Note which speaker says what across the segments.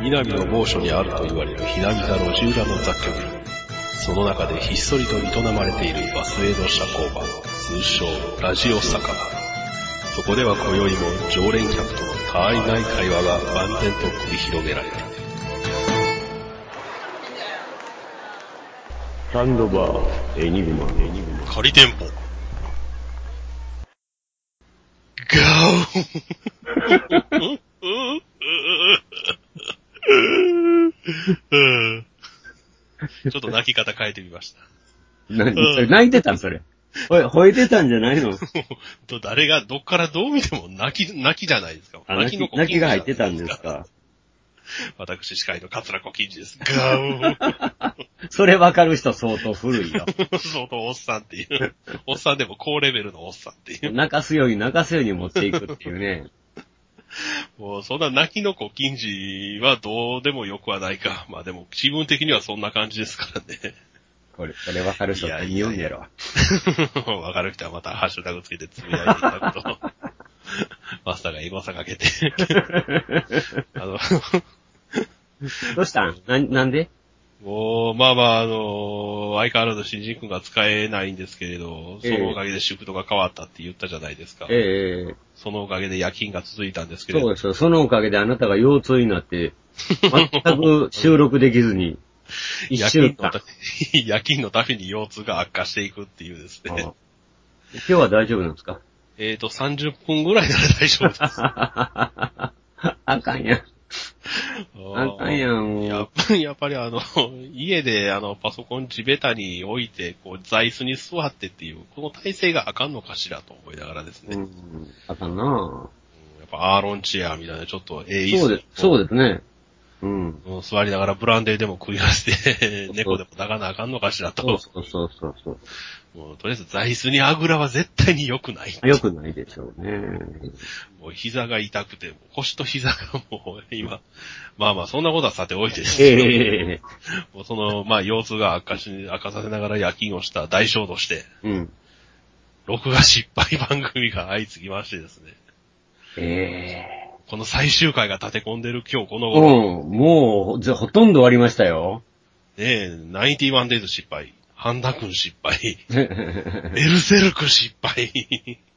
Speaker 1: 南の某所にあると言われる南田路地裏の雑居ビル。その中でひっそりと営まれているバスエード社交場、通称ラジオ酒場。そこでは今宵も常連客との他愛ない会話が万全と繰り広げられている。
Speaker 2: サンドバー、エニグマ、エニグマ。
Speaker 3: 仮店舗。ガ オうんちょっと泣き方変えてみました。
Speaker 4: 何それ泣いてたんそれ。
Speaker 2: おい、吠えてたんじゃないの
Speaker 3: と誰が、どっからどう見ても泣き、泣きじゃないですか。
Speaker 2: あ、泣
Speaker 3: の
Speaker 2: き、泣きが入ってたんですか。
Speaker 3: 私、司会の桂小金次です。ガ
Speaker 4: それわかる人相当古いよ。
Speaker 3: オ相当おっさんっていう。おっさんでも高レベルのおっさんっていう。
Speaker 4: 泣かすように泣かすように持っていくっていうね。
Speaker 3: もう、そんな泣きの小金次はどうでもよくはないか。まあでも、気分的にはそんな感じですからね。
Speaker 4: これ、これわかる人って言うんやろ。
Speaker 3: わかる人はまたハッシュタグつけてつぶやいていただくと、 マスターがエゴサかけて、 あの、
Speaker 4: どうしたんな、なんで
Speaker 3: もう、まあまあ、あの、相変わらず新人君が使えないんですけれど、そ
Speaker 4: ええ
Speaker 3: のおかげでシフトが変わったって言ったじゃないですか。
Speaker 4: ええ
Speaker 3: そのおかげで夜勤が続いたんですけれ
Speaker 4: そう
Speaker 3: ど、
Speaker 4: ですよ。そのおかげであなたが腰痛になって、全く収録できずに、一
Speaker 3: 夜
Speaker 4: 週
Speaker 3: 勤の
Speaker 4: 間。
Speaker 3: た 夜勤のたびに腰痛が悪化していくっていうです
Speaker 4: あ
Speaker 3: ね
Speaker 4: 今。日は大丈夫なんですか
Speaker 3: えっと、30分ぐらいなら大丈夫 です。
Speaker 4: あかんやん。あかんやん、も
Speaker 3: やっ
Speaker 4: う。
Speaker 3: ぱり、やっ ぱりあの、家であの、パソコン地べたに置いて、こう、座椅子に座ってっていう、この体勢があかんのかしらと思いながらですね。
Speaker 4: う
Speaker 3: うん
Speaker 4: ん、あかんな
Speaker 3: やっぱアーロンチェアみたいな、ちょっとええ椅子
Speaker 4: そうです、そうですね。うん。
Speaker 3: うん座りながらブランデーでも食い出して、猫でも抱かなあかんのかしらと。
Speaker 4: そうそうそうそうそう。
Speaker 3: もうとりあえず座椅子にあぐらは絶対に良くない。
Speaker 4: 良くないでしょうね。
Speaker 3: もう膝が痛くて、腰と膝がもう今、まあまあそんなことはさておいてです
Speaker 4: え
Speaker 3: けど
Speaker 4: え
Speaker 3: もうその、まあ腰痛が悪化し、悪化させながら夜勤をした大衝動して、
Speaker 4: うん。
Speaker 3: 録画失敗番組が相次ぎましてですね。
Speaker 4: ええ
Speaker 3: この最終回が立て込んでる今日この頃、
Speaker 4: うん、もう、じゃほとんど終わりましたよ。
Speaker 3: ねえ、91 days 失敗、ハンダ君失 敗、ベルセルク失敗。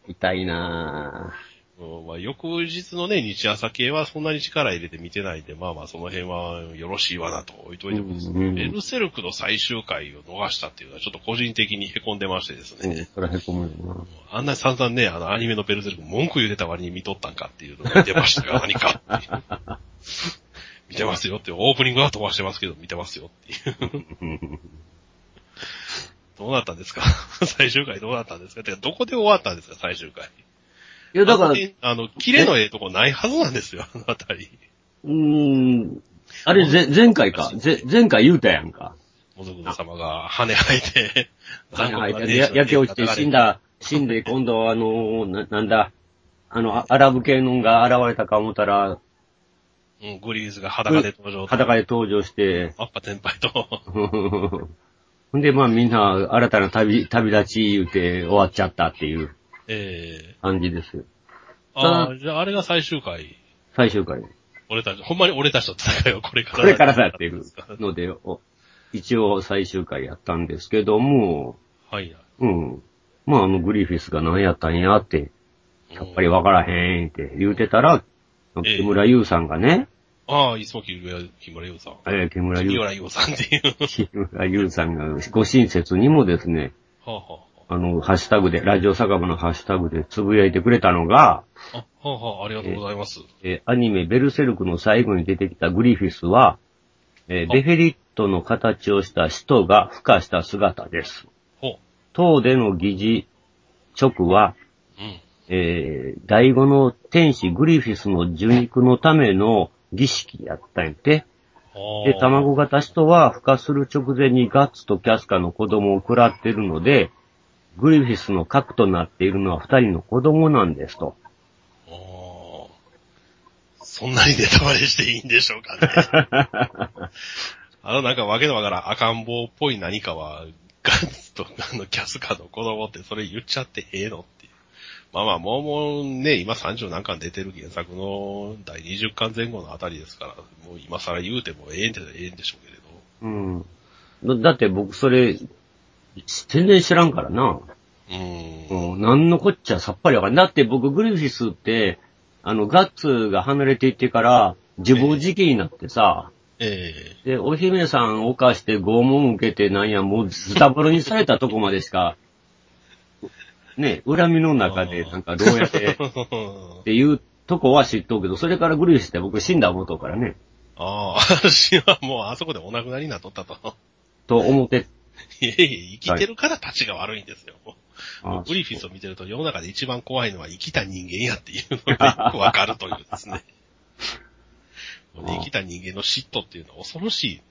Speaker 4: 痛いな
Speaker 3: うんまあ、翌日のね、日朝系はそんなに力入れて見てないんで、まあまあその辺はよろしいわなと置いといてもです
Speaker 4: うんう
Speaker 3: ね。
Speaker 4: ん
Speaker 3: ベルセルクの最終回を逃したっていうのはちょっと個人的に凹んでましてです
Speaker 4: ぁ。う
Speaker 3: ね。
Speaker 4: ん、そらへこむよ
Speaker 3: あんなに散々ね、あのアニメのベルセルク文句言ってた割に見とったんかっていうのが見てました が何かっていう。見てますよって、オープニングは飛ばしてますけど見てますよっていう。 どうなったんですか 最終回どうなったんですかてか、どこで終わったんですか最終回。
Speaker 4: ないや、だから、
Speaker 3: あの
Speaker 4: う
Speaker 3: 辺あの、キレのええとこないはずなんですよ、 あのあたり。
Speaker 4: ーん、あれ、ぜ、前回か。ぜ、前回言うたやんか。
Speaker 3: モズクの様が羽生え て、
Speaker 4: あの
Speaker 3: な
Speaker 4: や焼け落ちて死ん。だ、死んで今度はあの、な、なんだ、あの、あアラブ系のんが現れたか思ったら、
Speaker 3: うん、グリーズが裸で登場。
Speaker 4: 裸で登場して、
Speaker 3: マッパ先輩と、
Speaker 4: ほんで、まあみんな、新たな旅、旅立ち言うて終わっちゃったっていう
Speaker 3: ええ
Speaker 4: 感じです。
Speaker 3: ああ、じゃああれが最終回。
Speaker 4: 最終回。
Speaker 3: 俺たち、ほんまに俺たちと戦いはこれから
Speaker 4: これからだっていうので、お一応最終回やったんですけども、
Speaker 3: はい。
Speaker 4: うん。まああのグリフィスが何やったんやって、やっぱりわからへんって言うてたら、
Speaker 3: ええ
Speaker 4: 木村優さんがね、
Speaker 3: ああ、いつも木村木村優さん。
Speaker 4: えー木村
Speaker 3: 木
Speaker 4: 優、
Speaker 3: 村優さんっていう。
Speaker 4: 木村優さんがご親切にもですね、
Speaker 3: はあ、は
Speaker 4: あの、ハッシュタグで、ラジオ酒場のハッシュタグでつぶやいてくれたのが、
Speaker 3: あ、あ、はあ、はあ、ありがとうございます。
Speaker 4: えーアニメベルセルクの最後に出てきたグリフィスは、えー
Speaker 3: あ
Speaker 4: ベフェリットの形をした使徒が孵化した姿です。
Speaker 3: ほ
Speaker 4: 塔での疑似直は、
Speaker 3: う。うん。
Speaker 4: えー、第五の天使グリフィスの受肉のための儀式やったんやて。
Speaker 3: ああ。
Speaker 4: で、卵型使徒は孵化する直前にガッツとキャスカの子供を食らっているので、グリフィスの核となっているのは二人の子供なんですと。
Speaker 3: あーそんなにネタバレしていいんでしょうかね。あのなんかわけのわからん赤ん坊っぽい何かは、ガンツとあのキャスカの子供ってそれ言っちゃってええのっていう。まあまあ、もうもうね、今30何巻出てる原作の第20巻前後のあたりですから、もうを今更言うてもええんで、ええんでしょうけれど。
Speaker 4: うん。だだって僕それ、全然知らんからな。
Speaker 3: うーん。
Speaker 4: うん、なんのこっちゃさっぱりわからん。だって僕グリフィスって、あの、ガッツが離れていってから、自暴自棄になってさ、
Speaker 3: ええ
Speaker 4: で、お姫さんを犯して拷問受けてなんや、もうズタボロにされたとこまでし か、ね、恨みの中でなんかどうやって、っていうとこは知っとうけど、それからグリフィスって僕死んだ思うとうからね、
Speaker 3: ああ、私はもうあそこでお亡くなりになっとったと。
Speaker 4: と思って、
Speaker 3: いえいえ、生きてるから立ちが悪いんですよ。
Speaker 4: あ
Speaker 3: グリフィスを見てると世の中で一番怖いのは生きた人間やっていうの がよくわかるというですね。生きた人間の嫉妬っていうのは恐ろしい。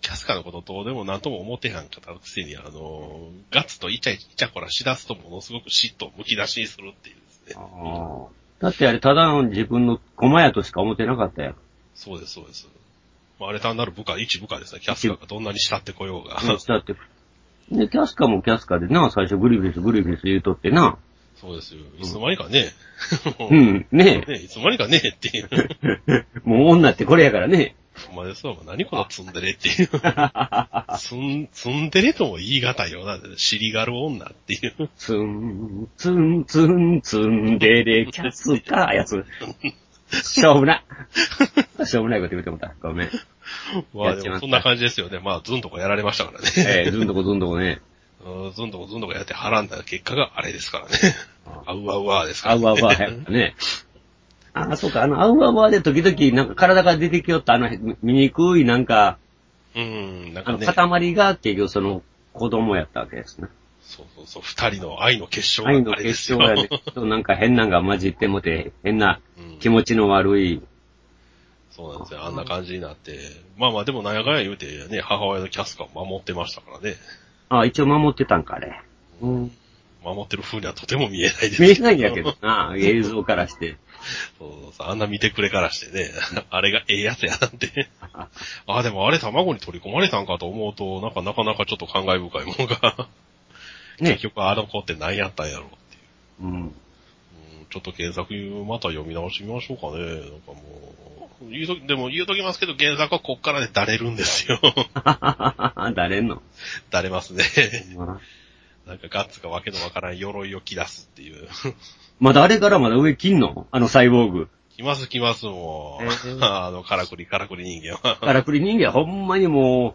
Speaker 3: キャスカのことどうでも何とも思ってへんかったくせに、あの、ガッツとイチャイチャこらしだすとものすごく嫉妬をむき出しにするっていうですね。
Speaker 4: あだってあれただの自分の駒やとしか思ってなかったやん。
Speaker 3: そうです、そうです。まああれ単なる部下、一部下ですね。キャスカがどんなに慕ってこようが。
Speaker 4: だって。で、キャスカもキャスカでな、最初グリフィス、グリフィス言うとってな。
Speaker 3: そうですよ。いつの間にかね。
Speaker 4: う ん、ね
Speaker 3: ねいつの間にかねっていう。
Speaker 4: え。もう女ってこれやからね。
Speaker 3: お前ですわ、何このツンデレって いう。ツン、ツンデレとも言い難いような、尻がる女っていう。
Speaker 4: ツン、ツン、ツン、ツン、デレ、キャスカ、やつ。しょうもな。しょうもないこと言うてもた。ごめん。
Speaker 3: まあ
Speaker 4: やっ
Speaker 3: で
Speaker 4: ちま
Speaker 3: も
Speaker 4: った
Speaker 3: そんな感じですよね。まあ、ズンとかやられましたからね。
Speaker 4: えー、ずんとこずんとこね。
Speaker 3: うんズンとこズンとこやってはらんだ結果があれですからね。あうわうわですか
Speaker 4: あ
Speaker 3: ら、
Speaker 4: う
Speaker 3: ね。
Speaker 4: わうわ、早くね。ああ、そうか、あの、あうわうわで時々、なんか体が出てきよった、あの、醜い、なんか、
Speaker 3: うん、なん
Speaker 4: あ
Speaker 3: か
Speaker 4: の、
Speaker 3: ね、
Speaker 4: 塊が、結局その、子供やったわけですね。
Speaker 3: そうそうそう、二人の愛の結晶
Speaker 4: 愛
Speaker 3: が
Speaker 4: の
Speaker 3: あれで
Speaker 4: 結
Speaker 3: すよ。
Speaker 4: 晶やね。となんか変なんが混じってもて、変な
Speaker 3: うん
Speaker 4: 気持ちの悪い。
Speaker 3: そうなんですよ。あんな感じになって。まあまあ、でもなんやかんや言うてね、母親のキャスカを守ってましたからね。
Speaker 4: あ、一応守ってたんか、あれ。うん。
Speaker 3: 守ってる風にはとても見えないです
Speaker 4: 見えないんやけどな、映像からして。
Speaker 3: そうそうそうあんな見てくれからしてね、 あれがええやつやなんて。 あ、でもあれ卵に取り込まれたんかと思うと、なんかなかなかちょっと感慨深いものが、
Speaker 4: ね
Speaker 3: 結。局あの子って何やったんやろうっていう。
Speaker 4: うん。
Speaker 3: うんちょっと原作また読み直してみましょうかね。なんかもう、言うとき、でも言うときますけど原作はこっからね、だれるんですよ。
Speaker 4: 誰の
Speaker 3: だれますね。 なんかガッツがわけのわからん鎧を着出すっていう。
Speaker 4: まだあれからまだ上切んのあのサイボーグ。
Speaker 3: 来ます来ますもう。
Speaker 4: えー
Speaker 3: あの、カラクリ、カラクリ人間は。
Speaker 4: からくり人間ほんまにも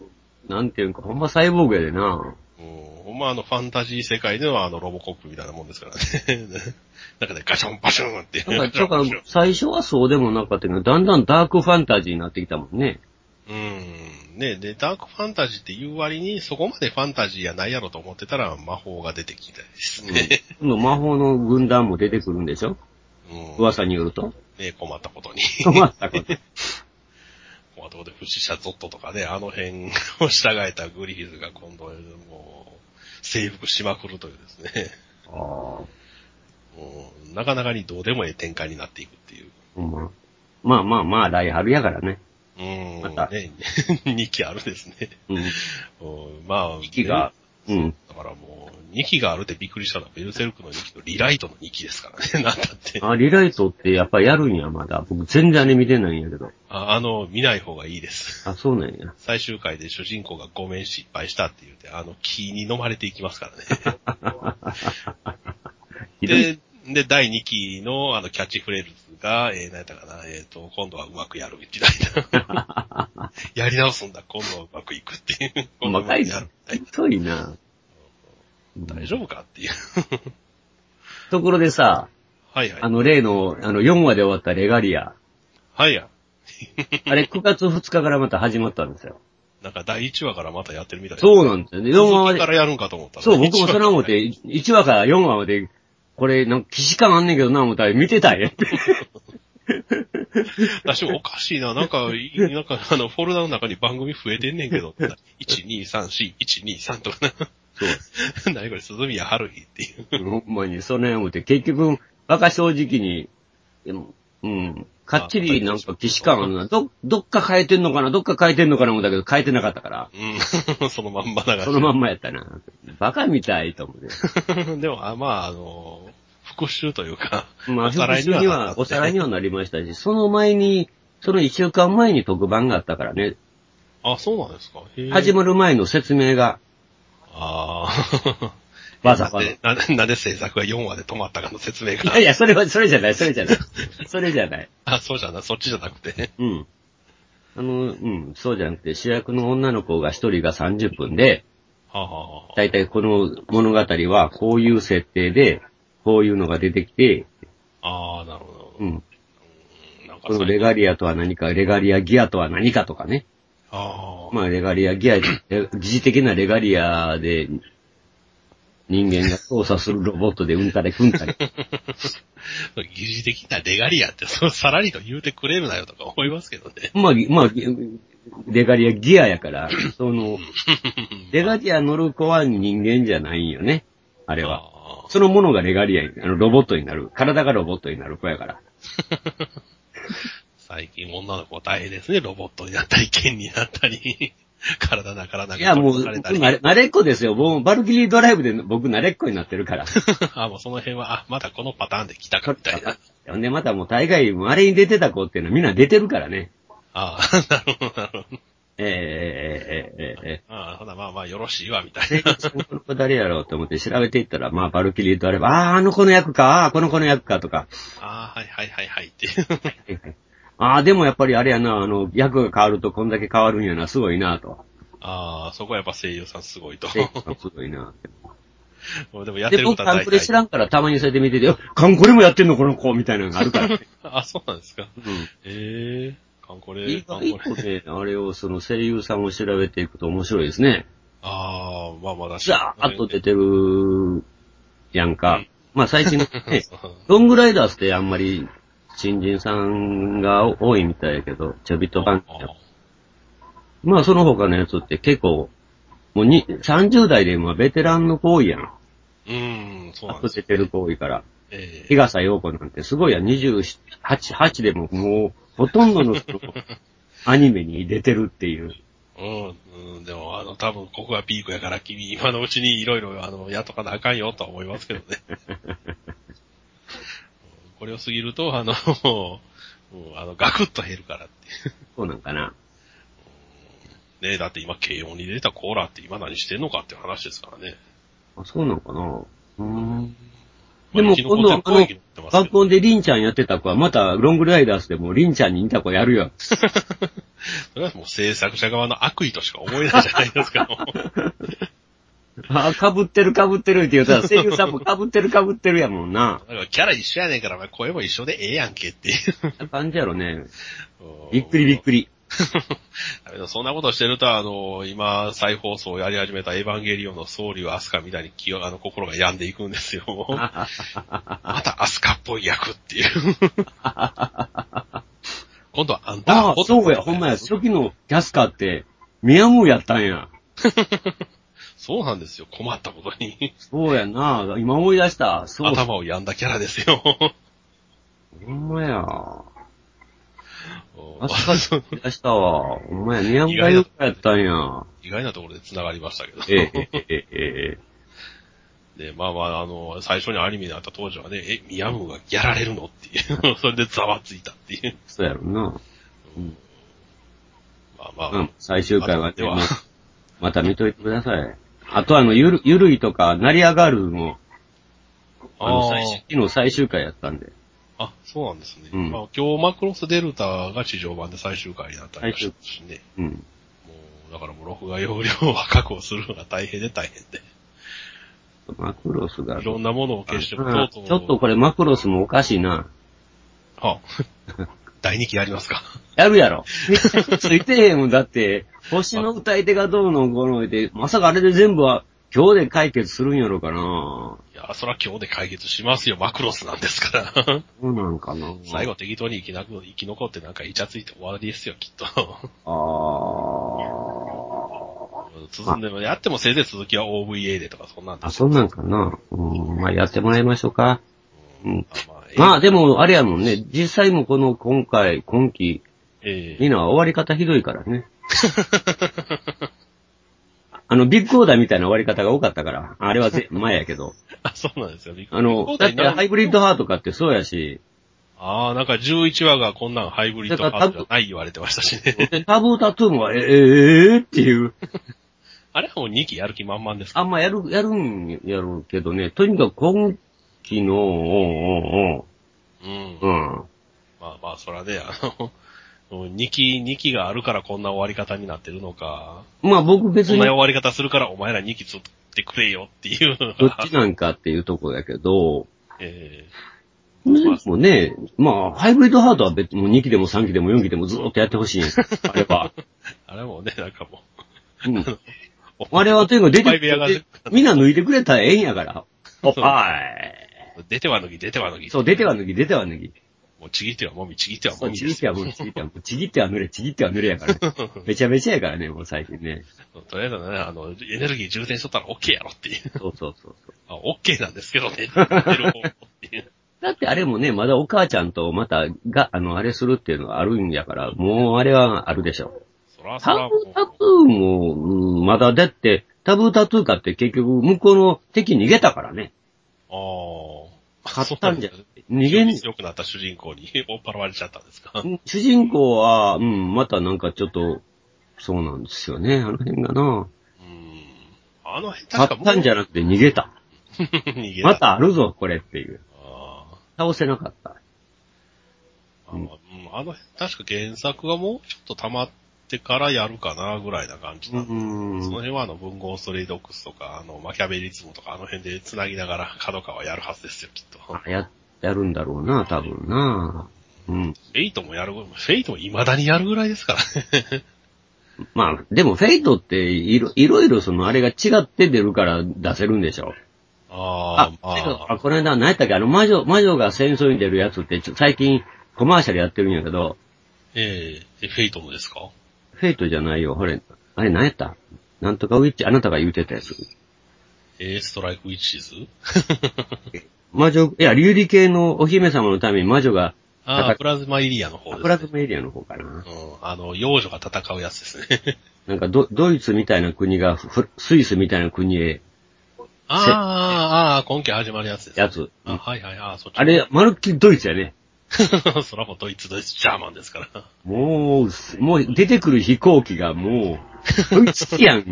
Speaker 4: う、なんていうんか、ほんまサイボーグやでな。
Speaker 3: もう、まあ、あの、ファンタジー世界ではあの、ロボコップみたいなもんですからね。 なんかね、ガションバションって。
Speaker 4: だから、だか
Speaker 3: ガ
Speaker 4: ら
Speaker 3: ションバシ
Speaker 4: 最初はそうでもなかったけど、だんだんダークファンタジーになってきたもんね。
Speaker 3: ョンうん。ねで、ダークファンタジーっていう割に、そこまでファンタジーやないやろと思ってたら、魔法が出てきたりですね。
Speaker 4: 今度魔法の軍団も出てくるんでしょ
Speaker 3: うん。
Speaker 4: 噂によると。
Speaker 3: ね困ったことに。
Speaker 4: 困ったこと。
Speaker 3: 困ったことで、不死者ゾットとかね、あの辺を従えたグリフィズが今度、もう、征服しまくるというですね。
Speaker 4: ああ、
Speaker 3: うん。なかなかにどうでもええ展開になっていくっていう。
Speaker 4: ほんま。まあまあまあ、来春やからね。
Speaker 3: うん。
Speaker 4: また
Speaker 3: ね、2期あるですね。
Speaker 4: うん。
Speaker 3: うんまあ、
Speaker 4: 息が、うん。
Speaker 3: だからもう、2期があるってびっくりしたのは、ベルセルクの2期とリライトの2期ですからね、なん だって。あ
Speaker 4: あ、リライトってやっぱやるんや、まだ。僕全然あれ見てないんやけど。
Speaker 3: あの、見ない方がいいです。
Speaker 4: あ、そうなんや。
Speaker 3: 最終回で主人公がごめん失敗したって言うて、あの、気に飲まれていきます から
Speaker 4: ひどい。
Speaker 3: ね。で、で、第2期のあの、キャッチフレーズが、えー、何やったかな、えっ、と、今度はうまくやるみたいな。 やり直すんだ、今度はうまくいくっていう。
Speaker 4: 細かい
Speaker 3: 今度は
Speaker 4: な
Speaker 3: うまくやる。
Speaker 4: ひどいな。
Speaker 3: 大丈夫かっていう。
Speaker 4: ところでさ、
Speaker 3: はいは
Speaker 4: あ
Speaker 3: い。
Speaker 4: の例の、あの4話で終わったレガリ ア。
Speaker 3: はいや。
Speaker 4: あれ9月2日からまた始まったんですよ。
Speaker 3: なんか第1話からまたやってるみたいな。
Speaker 4: そうなんですよね。4話ま
Speaker 3: 続き
Speaker 4: で
Speaker 3: か。らやるんかと思ったら
Speaker 4: そう、僕もそれは思っ。て、1話から4話まで、これ、なんか、既視感あんねんけどな、思ったら見てたんや。
Speaker 3: 私もおかしいな、なんか、い なんかあの、フォルダの中に番組増えてんねんけど、1、2、3、4、1、2、3とかな。 何これ、鈴宮春日っていう。
Speaker 4: ほんまに、その辺思って、結局、バカ正直に、でもうん、かっちりなんか既視感あるな。ど、どっか変えてんのかな、どっか変えてんのかな思ったけど、変えてなかったから。
Speaker 3: うん、 そのまんまだから。
Speaker 4: そのまんまやったな。バカみたいと思っ て。
Speaker 3: でも、あまあ、あの、復讐というか、
Speaker 4: まあ、
Speaker 3: お
Speaker 4: 復
Speaker 3: さらいに
Speaker 4: 習
Speaker 3: は
Speaker 4: には、おさらいにはなりましたし、その前に、その1週間前に特番があったからね、
Speaker 3: あ、そうなんですか。へえ
Speaker 4: 始まる前の説明が、
Speaker 3: ああ。
Speaker 4: わざわざ。い
Speaker 3: なんで、なんで制作が4話で止まったかの説明が
Speaker 4: や。いや、それは、それじゃない、それじゃない。それじゃない。
Speaker 3: あ、そうじゃない、そっちじゃなくて。
Speaker 4: うん。あの、うん、そうじゃなくて、主役の女の子が一人が30分で、
Speaker 3: はあ、はあ、
Speaker 4: だいたいこの物語はこういう設定で、こういうのが出てきて、
Speaker 3: ああ、なるほど。
Speaker 4: うん。
Speaker 3: なんか
Speaker 4: こ
Speaker 3: そ
Speaker 4: の
Speaker 3: れ
Speaker 4: レガリアとは何か、レガリアギアとは何かとかね。
Speaker 3: ああ、
Speaker 4: まあ、レガリアギア、レ疑似的なレガリアで、人間が操作するロボットでうんたりふんたり。
Speaker 3: 疑似的なレガリアって、 そのさらりと言うてくれるなよとか思いますけどね。
Speaker 4: まあ、まあ、レガリアギアやから、その、レガリア乗る子は人間じゃないんよね。あれは。
Speaker 3: あ
Speaker 4: そのものがレガリアに、あの、ロボットになる。体がロボットになる子やから。
Speaker 3: ー最近女の子大変ですね。ロボットになったり、剣になったり、 体なからない
Speaker 4: や、もう、
Speaker 3: 殺されたり。
Speaker 4: 慣れ慣れっこですよ。もう、バルキリードライブで僕慣れっこになってるから。
Speaker 3: あ、もうその辺は、あ、まだこのパターンで来たかみたい な。
Speaker 4: ほんで、またもう大概、あれに出てた子っていうのはみんな出てるからね。
Speaker 3: ああ、 なるほど、なるほど。
Speaker 4: ええええええええ
Speaker 3: ああ、ほな、まあまあ、よろしいわ、みたい
Speaker 4: で
Speaker 3: な。
Speaker 4: この子誰やろうと思って調べていったら、まあ、バルキリードライブ、ああ、あの子の役か、ああ、この子の役かとか。
Speaker 3: ああ、はいはいはいはいって。
Speaker 4: ああ、でもやっぱりあれやな、あの、役が変わるとこんだけ変わるんやな、すごい なと。
Speaker 3: ああ、そこはやっぱ声優さんすごいと。
Speaker 4: えすごいなって。
Speaker 3: でもやって
Speaker 4: で、
Speaker 3: ること
Speaker 4: 僕、
Speaker 3: は
Speaker 4: カン
Speaker 3: 大
Speaker 4: コレ知
Speaker 3: 体。
Speaker 4: らんから、たまにそうやって見てて、あカンコレもやってんのこの子みたいなのがあ るからね。
Speaker 3: あ、そうなんですか。
Speaker 4: うん。
Speaker 3: ええー、カンコレ、
Speaker 4: 意
Speaker 3: カン
Speaker 4: 外
Speaker 3: コレ
Speaker 4: と。ね、あれを、その声優さんを調べていくと面白いですね。
Speaker 3: ああ、まあまだ
Speaker 4: ザー ッと出てる、やんか。まあ最近 ね
Speaker 3: そう、
Speaker 4: ロングライダーズってあんまり、新人さんが多いみたいやけど、ちょびっと
Speaker 3: あ
Speaker 4: 番
Speaker 3: あ
Speaker 4: 組。まあその他のやつって結構、もうに30代で今ベテランの子多いやん。
Speaker 3: うーん、そう
Speaker 4: ア
Speaker 3: な
Speaker 4: ッ
Speaker 3: んで
Speaker 4: プ
Speaker 3: す。
Speaker 4: 出てる子多いから。
Speaker 3: ええ
Speaker 4: 日笠陽子なんてすごいやん、28、8でももう、ほとんどの人、 アニメに出てるっていう。
Speaker 3: うん、うん、でも、あの、多分ここがピークやから、君、今のうちにいろいろ、あの、やっとかなあかんよ、とは思いますけどね。 これを過ぎると、あの、もう、もうあの、ガクッと減るからって。
Speaker 4: そうなんかな。
Speaker 3: ねえ、だって今、慶応に出たコーラって今何してんのかっていう話ですからね。
Speaker 4: あそうなんかな。うーん。
Speaker 3: ま
Speaker 4: で
Speaker 3: あ
Speaker 4: も、
Speaker 3: うちの子全
Speaker 4: 今度、あ
Speaker 3: 部演技になって
Speaker 4: の、
Speaker 3: ますけど
Speaker 4: 学校でリンちゃんやってた子は、また、ロングライダースでも、リンちゃんに似た子や るよ。
Speaker 3: そ れはもう制作者側の悪意としか思えないじゃないですか。もう
Speaker 4: あ、被ってる被ってるって言うたら、声優さんも被ってる被ってるやもんな。
Speaker 3: だからキャラ一緒やねんから、お前声も一緒でええやんけっていう。
Speaker 4: 感じやろね。 びっくりびっ く
Speaker 3: り。
Speaker 4: り。
Speaker 3: だけどそんなことしてると、あの、今、再放送をやり始めたエヴァンゲリオンのソウリュアスカみたいに気を、あの、心が病んでいくんですよ。 またアスカっぽい役っていう。今度はあんた
Speaker 4: ああ、そうや、ほんまや。初期のキャスカーって、ミヤムーやったんや。
Speaker 3: そうなんですよ。困ったことに。
Speaker 4: そうやな。今思い出した。そう。
Speaker 3: 頭を病んだキャラですよ。
Speaker 4: ほんまや。
Speaker 3: お
Speaker 4: あそ思い出したわ。ほんまや、ミヤムーがよくやったんや。
Speaker 3: 意外なところで繋がりましたけど。
Speaker 4: ええ、ええ、ええ、ええ。
Speaker 3: で、まあまあ、あの、最初にアニメになった当時はね、え、ミヤムーがやられるのっていう。 それでざわついたっていう。
Speaker 4: そうやろな。
Speaker 3: まあまあ、
Speaker 4: うん、最終回は
Speaker 3: で
Speaker 4: ね、
Speaker 3: は
Speaker 4: ままた見といてください。あとあの、ゆる、ゆるいとか、成り上がるも、あの、
Speaker 3: あ
Speaker 4: 最
Speaker 3: ー
Speaker 4: 終昨日最終回やったんで、
Speaker 3: あ、そうなんですね。
Speaker 4: うん
Speaker 3: まあ、今日マクロスデルタが地上版で最終回になったりもしますしね。
Speaker 4: うん。
Speaker 3: もう、だからもう録画容量は確保するのが大変で大変で。
Speaker 4: マクロスが、
Speaker 3: いろんなものを消しても、
Speaker 4: あ
Speaker 3: とう
Speaker 4: ち
Speaker 3: と
Speaker 4: ょ
Speaker 3: う。
Speaker 4: っとこれマクロスもおかしいな。
Speaker 3: はあ 第2期やりますか。
Speaker 4: やるやろ。ついてへんもん、だって、星の歌い手がどうのこうの言って、まさかあれで全部は、今日で解決するんやろかない
Speaker 3: や、そら今日で解決しますよ。マクロスなんですから。
Speaker 4: そうなんかな
Speaker 3: 最後適当に生きなく、生き残ってなんかイチャついて終わりですよ、きっと。
Speaker 4: あ
Speaker 3: 続んでも、やってもせいぜい続きは OVA でとかそんなん
Speaker 4: あ。あ、
Speaker 3: です
Speaker 4: そんなんかなうん、まあやってもらいましょうか。うん。
Speaker 3: まあ、ええ
Speaker 4: まあでも、あれやもんね、実際もこの今回、今期、
Speaker 3: え
Speaker 4: いいのは終わり方ひどいから ね。あの、ビッグオーダーみたいな終わり方が多かったから、あれはぜ前やけど。
Speaker 3: えあ、そうなんですよ。
Speaker 4: あの、だってハイブリッドハートかってそうやし、
Speaker 3: ああ、なんか11話がこんなんハイブリッドカードじゃない言われてましたしね。
Speaker 4: で、タブータトゥーンは、ええええっていう、
Speaker 3: あれはもう2期やる気満々ですか
Speaker 4: あんまやる、やるんやろうけどね、とにかく今期の、う
Speaker 3: うん
Speaker 4: んうんう。ん、うん。
Speaker 3: まあまあ、そらね、あの、2期、2期があるからこんな終わり方になってるのか、
Speaker 4: まあ僕別
Speaker 3: こん
Speaker 4: に
Speaker 3: な終わり方するからお前ら2期作ってくれよっていうの
Speaker 4: どっ
Speaker 3: が、
Speaker 4: ちなんかっていうとこだけど、
Speaker 3: え
Speaker 4: でもね、まあ、ハイブリッドハートは別にもう2期でも3期でも4期でもずっとやってほしいんですよ。 あれは。
Speaker 3: えあれもね、なんかも
Speaker 4: うん
Speaker 3: う、
Speaker 4: あれはというか出
Speaker 3: おっぱい部屋が
Speaker 4: て、みんな抜いてくれたらええんやから。おっぱ
Speaker 3: 出ては脱ぎ、出ては脱ぎ。
Speaker 4: い。そう、出ては脱ぎ、出ては脱ぎ。
Speaker 3: もうちぎってはもみ、ちぎっては
Speaker 4: そ
Speaker 3: も
Speaker 4: う、
Speaker 3: み
Speaker 4: ち
Speaker 3: で
Speaker 4: ぎっ
Speaker 3: す
Speaker 4: て
Speaker 3: よ。
Speaker 4: はもうちぎっては、もうちぎっては濡れ、ちぎっては濡れ やから、ね。めちゃめちゃやからね、もう最近ね。
Speaker 3: とりあえずね、あの、エネルギー充電しとったら OK やろっていう。
Speaker 4: そうそうそうそう。
Speaker 3: あ、OK なんですけどね。っ て言ってる方法っていう
Speaker 4: だってあれもね、まだお母ちゃんとまたが、あの、あれするっていうのがあるんやから、もうあれはあるでしょ。
Speaker 3: そらそ
Speaker 4: タ
Speaker 3: らも
Speaker 4: ブータ
Speaker 3: う、
Speaker 4: トゥーも、うんまだだって、タブータトゥーかって結局向こうの敵逃げたからね。
Speaker 3: ああ。
Speaker 4: 買ったんじゃ
Speaker 3: そうですね
Speaker 4: 逃げん、
Speaker 3: 強くなった主人公に追っ払われちゃったんです か。
Speaker 4: 主人公は、うん、またなんかちょっと、そうなんですよね、あの辺がな。
Speaker 3: うん。あの辺
Speaker 4: 買
Speaker 3: 確か
Speaker 4: ったんじゃなくて逃げた。
Speaker 3: ゃ逃げ
Speaker 4: ま。たあるぞ、これっていう。
Speaker 3: あ
Speaker 4: 倒せなかった。
Speaker 3: ーあのうんあの辺確か原作がもうちょっと溜まってからやるかなぐらいな感じ
Speaker 4: う
Speaker 3: なんで
Speaker 4: ん。
Speaker 3: その辺はあの文豪ストレイドックスとか、あのマキャベリズムとかあの辺で繋ぎながら角川やるはずですよ、きっと。
Speaker 4: あや、やるんだろうな、多分な。う
Speaker 3: フ
Speaker 4: ん。
Speaker 3: ェイトもやる、フェイトも未だにやるぐらいですから ね。
Speaker 4: まあ、でも、フェイトっていろ、いろいろその、あれが違って出るから出せるんでしょ。
Speaker 3: あ
Speaker 4: あ
Speaker 3: ー、ま
Speaker 4: けど
Speaker 3: あ
Speaker 4: あ、この間、何やったっけあの、魔女、魔女が戦争に出るやつって、ちょ最近、コマーシャルやってるんやけど、
Speaker 3: えええフェイトもですか
Speaker 4: フェイトじゃないよ、ほれ。あれ、何やったなんとかウィッチ、あなたが言うてたやつ。
Speaker 3: えー、ストライクウィッチ ーズ
Speaker 4: 魔女、いや、竜理系のお姫様のために魔女が、
Speaker 3: あ
Speaker 4: 戦
Speaker 3: あ、プラズマエリアの方です、
Speaker 4: ア
Speaker 3: ね。
Speaker 4: プラズムエリアの方かな。
Speaker 3: うん、あの、幼女が戦うやつですね。
Speaker 4: なんかド、ドイツみたいな国が、フスイスみたいな国へ、
Speaker 3: ああ、ああ、今季始まるやつです、ね。
Speaker 4: やつ。
Speaker 3: あ、はいはい、ああ、そっち。
Speaker 4: あれ、まるっきりドイツやね。
Speaker 3: そらもうドイツ、ドイツ、ジャーマンですから。
Speaker 4: もう、もう出てくる飛行機がもう、ドイツ機 やん。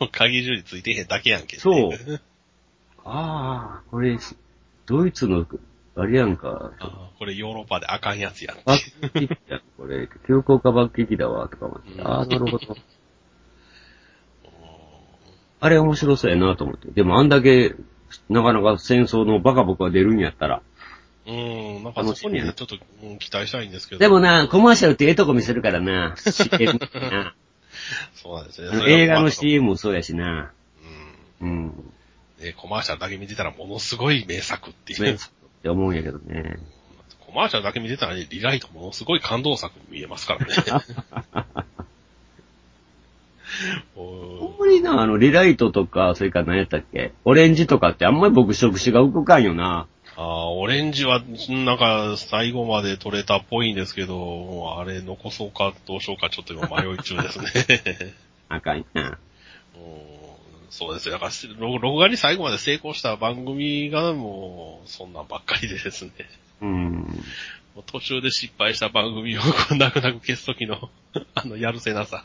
Speaker 3: もう鍵銃についてへんだけやんけ。
Speaker 4: そう。ああ、これ、ドイツの、あれやんか、
Speaker 3: ああこれヨーロッパであかんやつやん。
Speaker 4: 爆撃機やん、これ、急降下爆撃機だわ、とか思って。ああ、なるほど。あれ面白そうやなと思って。でもあんだけ、なかなか戦争のバカボカ出るんやったら。
Speaker 3: うん、なんかそこにね、ちょっと、うん、期待したいんですけど。
Speaker 4: でも、な、コマーシャルってええとこ見せるか らな。CM な
Speaker 3: そうなんですね
Speaker 4: あ。の映画の
Speaker 3: シーン
Speaker 4: CM もそうやしな。うん。
Speaker 3: えーコマーシャルだけ見てたらものすごい名作っていう。
Speaker 4: ねって思うんやけどね。
Speaker 3: コマーシャルだけ見てたらね、リライトものすごい感動作に見えますからね。おー
Speaker 4: ほんまにな、あの、リライトとか、それから何やったっけオレンジとかってあんまり僕触手が動かんよな。
Speaker 3: あーオレンジは、なんか、最後まで撮れたっぽいんですけど、もうあれ残そうかどうしようかちょっと今迷い中ですね。
Speaker 4: あかんな。
Speaker 3: もうそうですよ。だからロ、録画に最後まで成功した番組がもう、そんなんばっかりでですね。
Speaker 4: うん。
Speaker 3: もう途中で失敗した番組をこう泣く泣く消すときの、 あの、やるせなさ。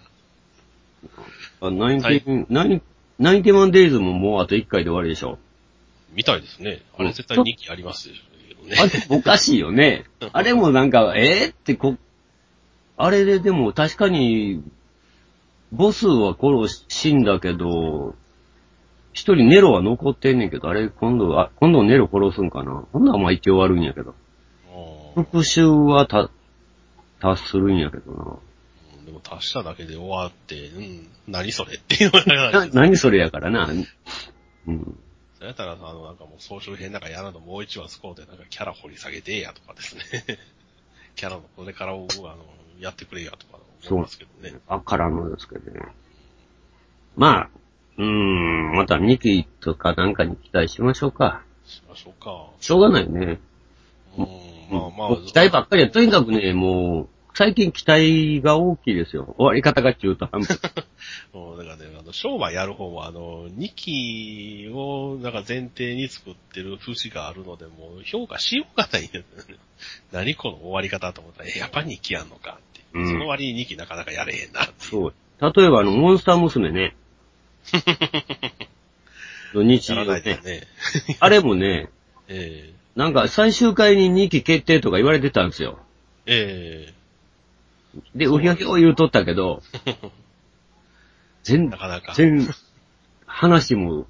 Speaker 4: あ、ナインティナイン、ナインティワンデイズももうあと1回で終わりでしょ。
Speaker 3: みたいですね。あ
Speaker 4: うん
Speaker 3: れ絶対2期ありますけど
Speaker 4: あ
Speaker 3: ね。
Speaker 4: れおかしいよね。あれもなんか、えー、ってこ、あれででも確かに、ボスは殺し死んだけど、一人ネロは残ってんねんけど、あれ今度は、今度ネロ殺すんかな今度はまあ一応悪いんやけど。
Speaker 3: うん
Speaker 4: 復讐はた、達するんやけど
Speaker 3: でも足しただけで終わって、うん、何それっていうの
Speaker 4: な。
Speaker 3: が
Speaker 4: な、何それやからな。うん。
Speaker 3: それやったら、あの、なんかもう総集編なんかやらのもう一話スコーでなんかキャラ掘り下げてえやとかですね。 キャラのこれからを、あの、やってくれやとか思いますけどね。
Speaker 4: あからのですけどね。まあ、うーん、また2期とかなんかに期待しましょうか。
Speaker 3: しましょうか。
Speaker 4: しょうがないね。
Speaker 3: うん、まあまあ。
Speaker 4: もう期待ばっかりや。とにかくね、もう、最近期待が大きいですよ。終わり方が中途 半端。
Speaker 3: もうだからね、あの、商売やる方は、あの、2期を、なんか前提に作ってる節があるので、もう評価しようがないんですよね。 何この終わり方と思ったら、え、やっぱ2期やんのかって。
Speaker 4: うん
Speaker 3: その割に2期なかなかやれへんなっていう。
Speaker 4: そう。例えばあの、モンスター娘ね。 土日
Speaker 3: やら
Speaker 4: 曜
Speaker 3: ないと
Speaker 4: ね。
Speaker 3: ね。
Speaker 4: あれもね、
Speaker 3: え
Speaker 4: なんか最終回に2期決定とか言われてたんですよ。
Speaker 3: ええ
Speaker 4: で、うひゃひょ言うとったけど、
Speaker 3: え
Speaker 4: 全
Speaker 3: なかなか。
Speaker 4: 然、話も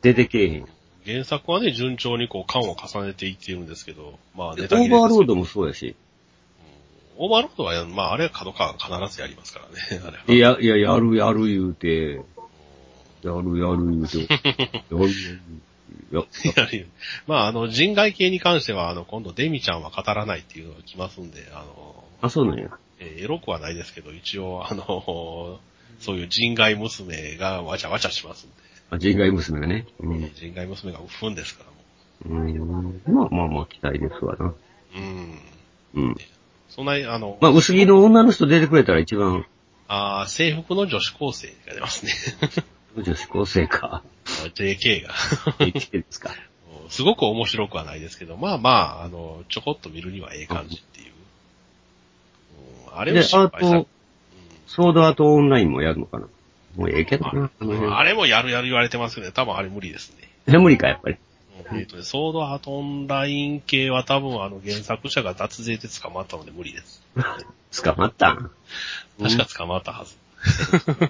Speaker 4: 出てけえへん。
Speaker 3: 原作はね、順調にこう、感を重ねていっているんですけど、まあ、
Speaker 4: オ
Speaker 3: ネ
Speaker 4: ー
Speaker 3: タ切れですけど
Speaker 4: バーロードもそうやし。
Speaker 3: オーバーロードは、まあ、あれは角川が必ずやりますからね、あれは。
Speaker 4: いや、いや、やるやる言うて、やるやる言うて、やるやる言うて。や
Speaker 3: やるまあ、あの、人外系に関しては、あの、今度、デミちゃんは語らないっていうのが来ますんで、あの、
Speaker 4: あ、そうなんや。
Speaker 3: えーエロくはないですけど、一応、あの、そういう人外娘がわちゃわちゃしますんで、
Speaker 4: あ、人外娘がね。うん。
Speaker 3: 人外娘がうふんですから、も
Speaker 4: うんまあまあまあ、期待ですわな。
Speaker 3: う。うん。
Speaker 4: うん。
Speaker 3: そんなに、あの、
Speaker 4: まあ、薄着の女の人出てくれたら一番、
Speaker 3: あー制服の女子高生が出 ますね。
Speaker 4: 女子高生か。
Speaker 3: JK が。
Speaker 4: 生きてるんですか。
Speaker 3: すごく面白くはないですけど、まあまあ、あの、ちょこっと見るにはええ感じっていう。うんあれ
Speaker 4: で、
Speaker 3: も
Speaker 4: あ
Speaker 3: 失敗さ
Speaker 4: と、ソードアートオンラインもやるのかな。もうええけど
Speaker 3: あ
Speaker 4: な、あの辺。
Speaker 3: あれもやるやる言われてますけど、多分あれ無理ですね。
Speaker 4: え、無理か、やっぱり。
Speaker 3: うんえっとね、ソードアートオンライン系は多分あの原作者が脱税で捕まったので無理です。
Speaker 4: 捕 まったん。
Speaker 3: 確か捕まったはず。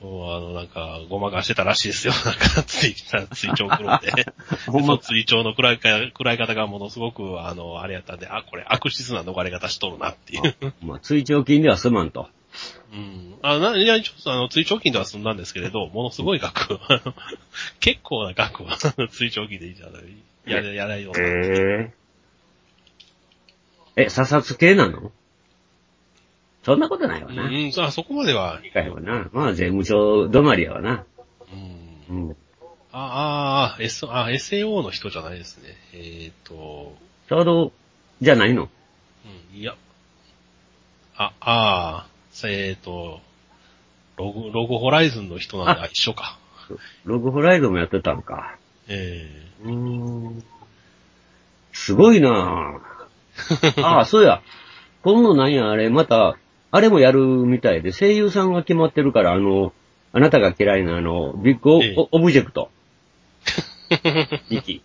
Speaker 3: もうあの、なんか、ごまかしてたらしいですよ。なんか、つい、追徴黒で。そ
Speaker 4: ほんま
Speaker 3: の追徴の暗いか、暗い方がものすごく、あの、あれやったんで、あ、これ悪質な逃れ方しとるなっていう。
Speaker 4: まあ、追徴金では済まんと。
Speaker 3: うん。あ、な、いや、ちょっとあの、追徴金では済んだんですけれど、ものすごい額、 あの結構な額は、 あの追徴金でいいじゃない。やれ、やらないような。
Speaker 4: ええ。え、査察系なのそんなことないわな。
Speaker 3: うん、あそこまでは、
Speaker 4: 理解はな。まあ、税務署止まりやわな。
Speaker 3: うん。
Speaker 4: うん。
Speaker 3: ああ、S、あ、SAO の人じゃないですね。えっ、と、
Speaker 4: ちょうど、じゃないの。
Speaker 3: うん、いや。あ、ああ、えっ、と、ログ、ログホライズンの人なんで、あ、一緒か。
Speaker 4: ログホライドもやってたのか。
Speaker 3: え
Speaker 4: うーん。すごいなぁ。ああ、そうや。今度なんや、あれ、また、あれもやるみたいで、声優さんが決まってるから、あの、あなたが嫌いなあの、ビッグオ,、
Speaker 3: ええ
Speaker 4: ブジェクト。2期。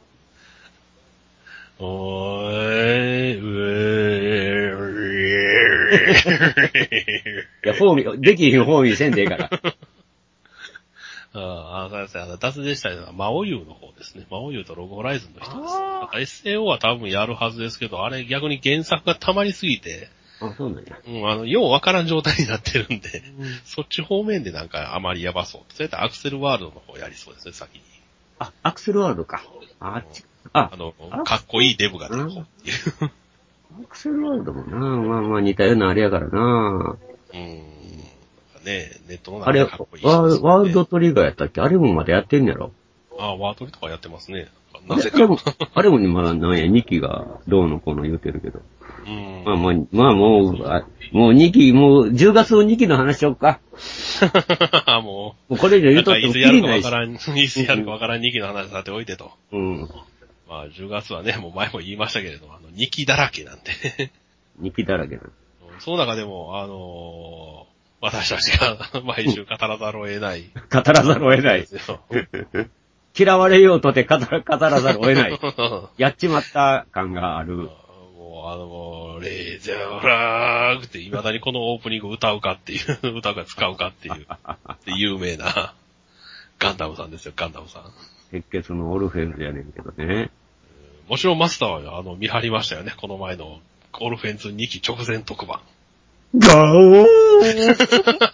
Speaker 3: えおーえー、う えー、
Speaker 4: いや、フォーミー、できひんフォーミーせんでええから。
Speaker 3: ああ、そうですね。あの、脱税したのは、マオユーの方ですね。マオユーとロゴホライズンの人です。なんか SAO は多分やるはずですけど、あれ逆に原作が溜まりすぎて、
Speaker 4: あ、そうなんや。
Speaker 3: うん、あの、ようわからん状態になってるんで、 そっち方面でなんかあまりやばそう。それとアクセルワールドの方やりそうですね、先に。
Speaker 4: あ、アクセルワールドか。あっち。あ
Speaker 3: あ、の
Speaker 4: あ、
Speaker 3: かっこいいデブが出る方っていう。
Speaker 4: アクセルワールドもなまあまあ似たようなあれやからな
Speaker 3: うん。ねネットの中
Speaker 4: あれ、
Speaker 3: で
Speaker 4: ワ
Speaker 3: かっこいい
Speaker 4: ー
Speaker 3: 人ですね、
Speaker 4: ワールドトリガーやったっけあれもまだやってんねやろ。
Speaker 3: あ、ワートリとかやってますね。
Speaker 4: あ
Speaker 3: なぜ
Speaker 4: れ
Speaker 3: か。
Speaker 4: も、あれもね、まだなんや、2期がどうのこうの言うてるけど。
Speaker 3: うん。
Speaker 4: まあもう、まあもう、あもう2期、もう10月の2期の話しよっか。
Speaker 3: もう。
Speaker 4: もうこれ以上言
Speaker 3: な
Speaker 4: うんとっ
Speaker 3: か
Speaker 4: て
Speaker 3: い
Speaker 4: も
Speaker 3: つ
Speaker 4: き
Speaker 3: やる
Speaker 4: り
Speaker 3: か
Speaker 4: な
Speaker 3: わ
Speaker 4: い
Speaker 3: か
Speaker 4: し。
Speaker 3: らん、いつやるかわからん2期の話さておいてと。
Speaker 4: うん。
Speaker 3: まあ10月はね、もう前も言いましたけれども、あの、2期だらけなんで。
Speaker 4: 2期だらけな。
Speaker 3: その中でも、あのー私たちが 毎週語らざるを得ない。
Speaker 4: 語らざるを得ない。
Speaker 3: ですよ。
Speaker 4: 嫌われようとて語ら語らざるを得ない。
Speaker 3: も
Speaker 4: やっちまった感がある。
Speaker 3: う、あの、 もう、レーゼーフラーグって、未だにこのオープニング歌うかっていう、 歌うか使うかっていう、で有名な、 ガンダムさんですよ、ガンダムさん。
Speaker 4: 鉄血のオルフェウスやねんけどね。
Speaker 3: もちろんマスターは、あの、見張りましたよね、この前の、オルフェンズ2期直前特番。
Speaker 4: ガオー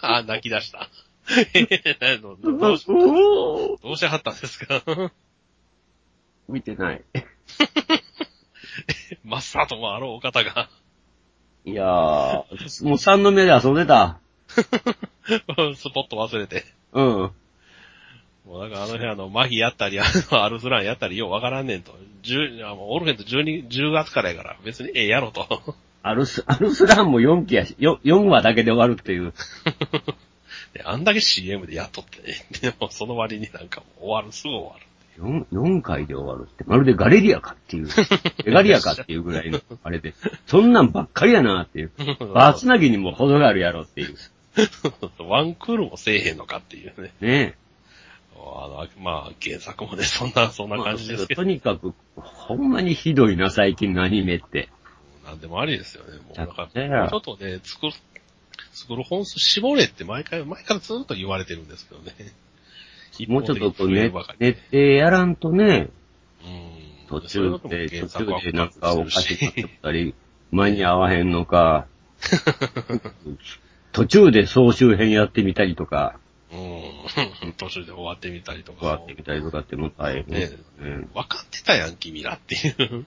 Speaker 3: あ、泣き出した。 えどうし、
Speaker 4: おー
Speaker 3: どうしてはったんです か
Speaker 4: 見てない。
Speaker 3: マスターともあろうお方 が。
Speaker 4: いやー、もう3の目で遊んでた。
Speaker 3: スポット忘れて。
Speaker 4: うん。
Speaker 3: もうなんかあの辺あの、マギやったり、あの、アルスランやったり、ようわからんねんと。十、あもうオルフェンと12、10月からやから、別にええやろと。
Speaker 4: アルス、アルスランも4期やし、よ4話だけで終わるっていう。
Speaker 3: であんだけ CM で雇って ね、でもその割になんかもう終わる、すぐ終わる。
Speaker 4: 4, 4回で終わるって、まるでガレリアかっていう、レガリアかっていうぐらいの、あれで、そんなんばっかりやなっていう。バーツナギにも程があるやろっていう。
Speaker 3: ワンクールもせえへんのかっていうね。
Speaker 4: ね
Speaker 3: あの、まあ、原作もね、そんな、そん
Speaker 4: え。
Speaker 3: な感じですけど
Speaker 4: と、にかく、ほんまにひどいな、最近のアニメって。
Speaker 3: なんでもありですよね。もうなんか、
Speaker 4: だから
Speaker 3: ちょっとね、作る、作る本数絞れって毎回、前からずっと言われてるんですけどね。
Speaker 4: もうちょっとこう、
Speaker 3: ね
Speaker 4: ね、寝てやらんとね、
Speaker 3: うん
Speaker 4: 途中で、途中でなんかおかしくなっ
Speaker 3: い。
Speaker 4: てたり、前に合わへんの か、途中で総集編やってみたりとか、
Speaker 3: うん。 途中で終わってみたりとか。
Speaker 4: やってみたりとかってもう大変ですね。
Speaker 3: 分かってたやん、君らっていう。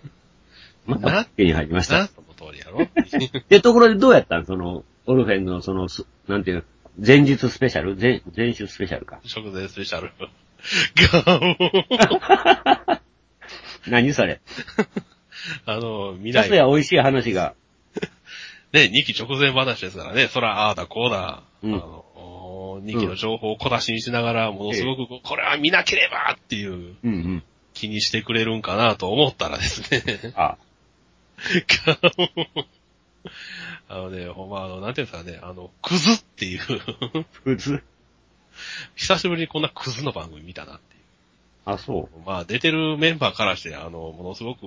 Speaker 4: また、手に入りました。
Speaker 3: な、その通りやろ。
Speaker 4: で、ところでどうやったんその、オルフェンのその、すなんていう、前日スペシャル前、前週スペシャルか。
Speaker 3: 食前スペシャル。 ガオ
Speaker 4: 何それ。
Speaker 3: あの、未
Speaker 4: さ
Speaker 3: 来
Speaker 4: す。が美味しい話が。
Speaker 3: ね、2期直前話ですからね、そら、ああだこうだ、
Speaker 4: うん
Speaker 3: あの、2期の情報を小出しにしながら、ものすごくこう、これは見なければっていう
Speaker 4: うんうん。
Speaker 3: 気にしてくれるんかなと思ったらですね、
Speaker 4: あ、
Speaker 3: あのね、ほんま、あの、なんていうんですかね、あの、クズっていう、
Speaker 4: 普通。
Speaker 3: 久しぶりにこんなクズの番組見たなってい。
Speaker 4: あ、そう
Speaker 3: まあ、出てるメンバーからして、あの、ものすごく、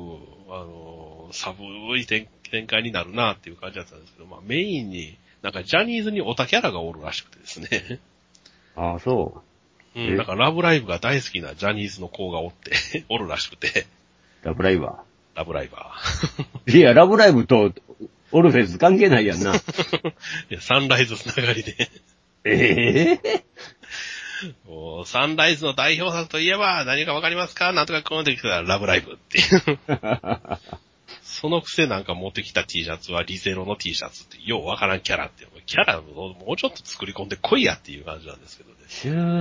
Speaker 3: あの、寒い展展開になるなっていう感じだったんですけど、まあ、メインに、なんかジャニーズにオタキャラがおるらしくてですね。
Speaker 4: う。あ、そ
Speaker 3: う
Speaker 4: う。
Speaker 3: ん、なんかラブライブが大好きなジャニーズの子がおって、 おるらしくて、
Speaker 4: ラブライバ
Speaker 3: ラブライバ
Speaker 4: ー。いや、ラブライブと、オルフェンズ関係ないやん な。
Speaker 3: ー。でサンライズつながりで、
Speaker 4: ええ
Speaker 3: もうサンライズの代表作といえば何かわかりますかなんとかこの時からラブライブっていう。 そのくせなんか持ってきた T シャツはリゼロの T シャツって、ようわからんキャラって、キャラをもうちょっと作り込んでこいやっていう感じなんですけどね。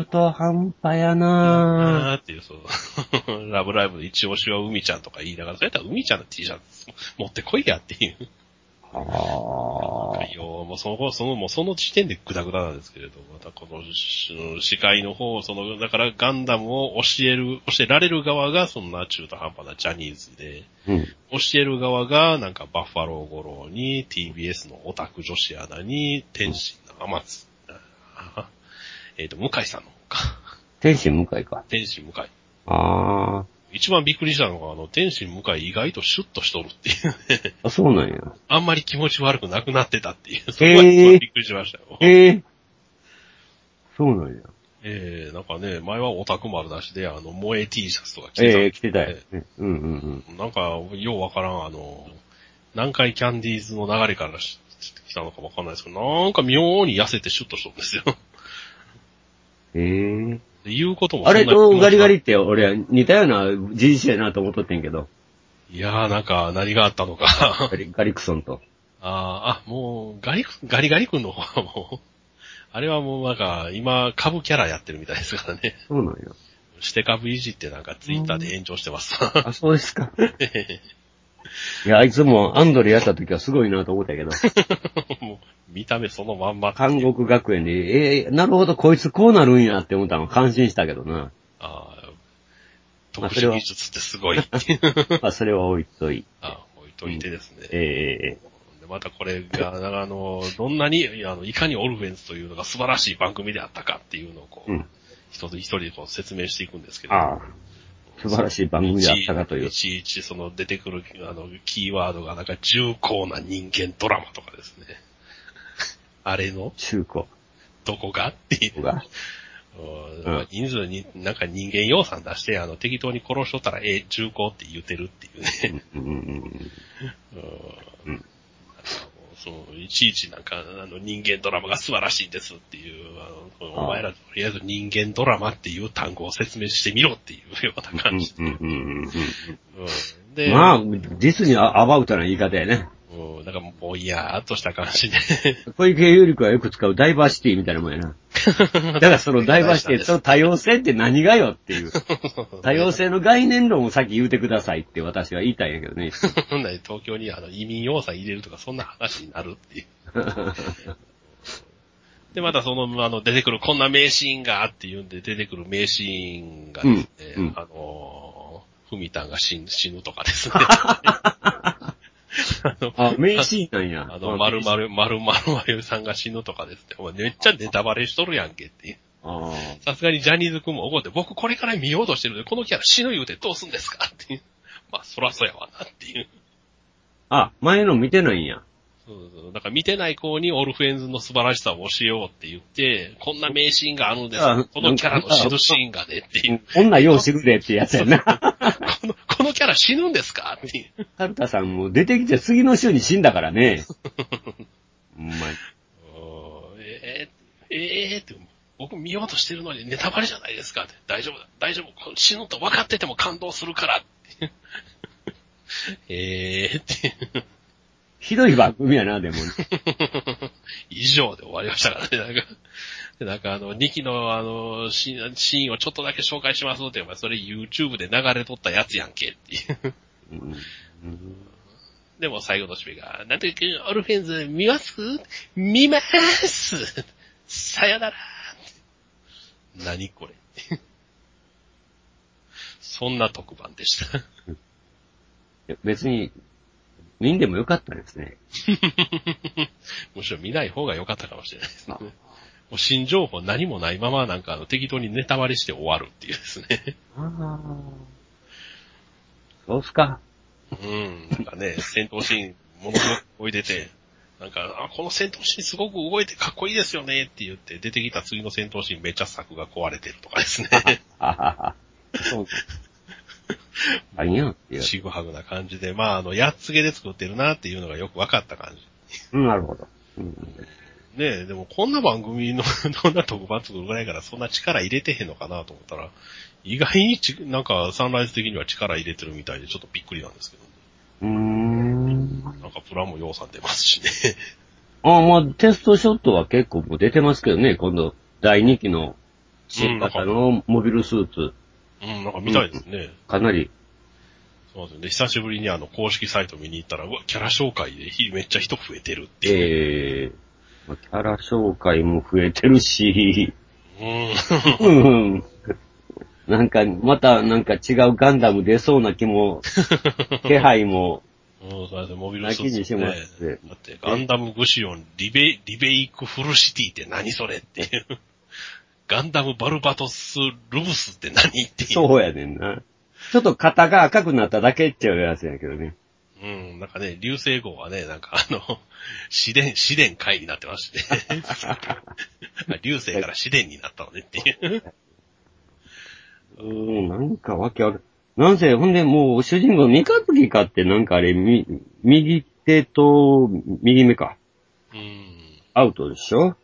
Speaker 4: 中途半端やなぁ。
Speaker 3: あーっていう、そう。 ラブライブの一押しは海ちゃんとか言いながら、それやったら海ちゃんの T シャツ持ってこいやっていう。
Speaker 4: あ
Speaker 3: いやもうその、その、もうその時点でグダグダなんですけれど、またこのし司会の方、その、だからガンダムを教える、教えられる側がそんな中途半端なジャニーズで、
Speaker 4: ーうん。
Speaker 3: 教える側がなんかバッファロー五郎に、TBS のオタク女子アナに、天心の天津、あえっ、と、向井さんの方か。
Speaker 4: 天心向井か。
Speaker 3: 天心向井。
Speaker 4: あ
Speaker 3: 一番びっくりしたのが、あの、天心向井意外とシュッとしとるっていうね。
Speaker 4: ーあ、そうなんや。
Speaker 3: あんまり気持ち悪くなくなってたっていう。そこが一番びっくりしましたよ。
Speaker 4: ええそうなんや。
Speaker 3: ええなんかね、前はオタク丸出しで、あの、萌え T シャツとか着てた。
Speaker 4: ええ来てたよ。ねうんうんうん。
Speaker 3: なんか、ようわからん、あの、南海キャンディーズの流れからし来たのかわかんないですけど、なんか妙に痩せてシュッとしたんですよ。
Speaker 4: ええ
Speaker 3: で言うことも
Speaker 4: あれとガリガリ
Speaker 3: い
Speaker 4: って俺は似たような人種やなと思っとってんけど。
Speaker 3: やー、なんか、何があったのか。
Speaker 4: ガリガリクソンと。
Speaker 3: あーあ、もう、ガリ、ガリガリ君の方はもう、あれはもうなんか、今、株キャラやってるみたいですからね。
Speaker 4: そうなんや。
Speaker 3: して株いじってなんかツイッターで炎上してます。
Speaker 4: あ、そうですか。いや、あいつもアンドレやった時はすごいなと思ったけ ど。
Speaker 3: もう見た目そのまんまっていう
Speaker 4: 韓国学園で、ええなるほど、こいつこうなるんやって思ったの感心したけどな。
Speaker 3: ああ、特
Speaker 4: まあそれ
Speaker 3: 殊
Speaker 4: は
Speaker 3: 技術ってすごい。
Speaker 4: まあ、それは置いといて。
Speaker 3: あ置いといてですね。
Speaker 4: ええ
Speaker 3: でまたこれが、なんかあの、どんなに、いやあのいかにオルフェンズというのが素晴らしい番組であったかっていうのをこう、
Speaker 4: うん
Speaker 3: 一つ一人こう説明していくんですけど、
Speaker 4: ああ、素晴らしい番組だったかという。
Speaker 3: ちいちその出てくる、あの、キーワードがなんか重厚な人間ドラマとかですね。 あれの
Speaker 4: 中古
Speaker 3: どこがっていう。
Speaker 4: が。
Speaker 3: うん人数に、なんか人間要産出して、あの、適当に殺しとったら、え、重厚って言うてるっていうね。
Speaker 4: うんうんうん。
Speaker 3: うんなんかもうそう、いちいちなんか、あの、人間ドラマが素晴らしいですっていう、あの、
Speaker 4: ああ
Speaker 3: お前らとりあえず人間ドラマっていう単語を説明してみろっていうような
Speaker 4: う
Speaker 3: 感
Speaker 4: ん
Speaker 3: じ。
Speaker 4: うんうんうんう
Speaker 3: う
Speaker 4: ん
Speaker 3: んで、
Speaker 4: まあ、実にアバウトな言い方やね。
Speaker 3: うん、なんかもうぼんやーっとした感じで、
Speaker 4: 小池百合子がよく使うダイバーシティみたいなもんやな。だからそのダイバーシティ、その多様性って何がよって いう。多様性の概念論をさっき言うてくださいって私は言いたいんやけどね。
Speaker 3: ほんなら東京にあの移民要塞入れるとか、そんな話になるっていう。 で、またその、あの、出てくる、こんな名シーンがっていうんで、出てくる名シーンがですね、
Speaker 4: うんうん
Speaker 3: あのー、ふみたんが死ぬ死ぬとか ですね。
Speaker 4: あ、名シーンなんや。
Speaker 3: あの、まるまる、まるまるまるさんが死ぬとかですね。お前めっちゃネタバレしとるやんけっていう。
Speaker 4: あー
Speaker 3: さすがにジャニーズ君も怒って、僕これから見ようとしてるので、このキャラ死ぬ言うてどうすんですかっていう。まあ、そらそうやわなっていう。
Speaker 4: あ、前の見てないんや。
Speaker 3: そうそう。だから見てない子にオルフェンズの素晴らしさを教えようって言って、こんな名シーンがあるんです
Speaker 4: あ
Speaker 3: このキャラの死ぬシーンがねっていう。
Speaker 4: こんなよう知るでってやつやな。
Speaker 3: この、 このキャラ死ぬんですかっていう。
Speaker 4: カルタさんも出てきて次の週に死んだか らね。ほんまに
Speaker 3: おーえー、えーって、僕見ようとしてるのにネタバレじゃないですかって。大丈夫だ、大丈夫。この死ぬと分かってても感動するからって いう。えーっていう。
Speaker 4: ひどい番組やな、でも。
Speaker 3: 以上で終わりましたからね、なんか。でなんかあの、2期のあの、シーンシーンをちょっとだけ紹介しますって、お前それ YouTube で流れとったやつやんけっていう。
Speaker 4: うん
Speaker 3: でも最後の締めが、なんていうか、オルフェンズ見ます見ますさよなら何これ そんな特番でした。
Speaker 4: いや別に、見んでもよかったですね。
Speaker 3: むしろ見ない方が良かったかもしれないですね。もう新情報何もないままなんかあの適当にネタ割りして終わるっていうですね。
Speaker 4: そうっすか。
Speaker 3: うん。なんかね、戦闘シーンものすごく動いてて、なんか、あ、この戦闘シーンすごく動いてかっこいいですよねって言って出てきた次の戦闘シーンめっちゃ柵が壊れてるとかですね。
Speaker 4: あはは。そう。あいやんっていう。
Speaker 3: ちぐはぐな感じで、まあ、あの、やっつげで作ってるなっていうのがよく分かった感じ。
Speaker 4: うん、なるほど。うん
Speaker 3: ねえ、でもこんな番組の、 どんな特番作るぐらいからそんな力入れてへんのかなと思ったら、意外にち、なんかサンライズ的には力入れてるみたいでちょっとびっくりなんですけど、
Speaker 4: うーん。
Speaker 3: なんかプラも要さん出ますしね。
Speaker 4: あまあ、テストショットは結構もう出てますけどね、今度、第2期の新型のモビルスーツ、
Speaker 3: うん、なんか見たいですね。
Speaker 4: かなり、
Speaker 3: そうですね。久しぶりにあの公式サイト見に行ったら、うわ、キャラ紹介でひめっちゃ人増えてるっていう。
Speaker 4: えー、まあキャラ紹介も増えてるし、
Speaker 3: うん。
Speaker 4: うん。なんか、またなんか違うガンダム出そうな気も、気配も、
Speaker 3: うん、そうですね、モビルスーツ、ね。
Speaker 4: 泣きにしてもらって
Speaker 3: だって、ガンダムグシオン、リベ、リベイクフルシティって何それっていう。ガンダムバルバトス・ルブスって何っていう。
Speaker 4: そうやねんな。ちょっと型が赤くなっただけっちゃうやつやけどね。
Speaker 3: うん、なんかね、流星号はね、なんかあの、 試練、試練会になってま して、ね。流星から試練になったのねっていう。
Speaker 4: うーん、なんかわけある。なんせ、ほんでもう主人公三日月かってなんかあれ、み、右手と右目か。
Speaker 3: うん。
Speaker 4: アウトでしょ
Speaker 3: そう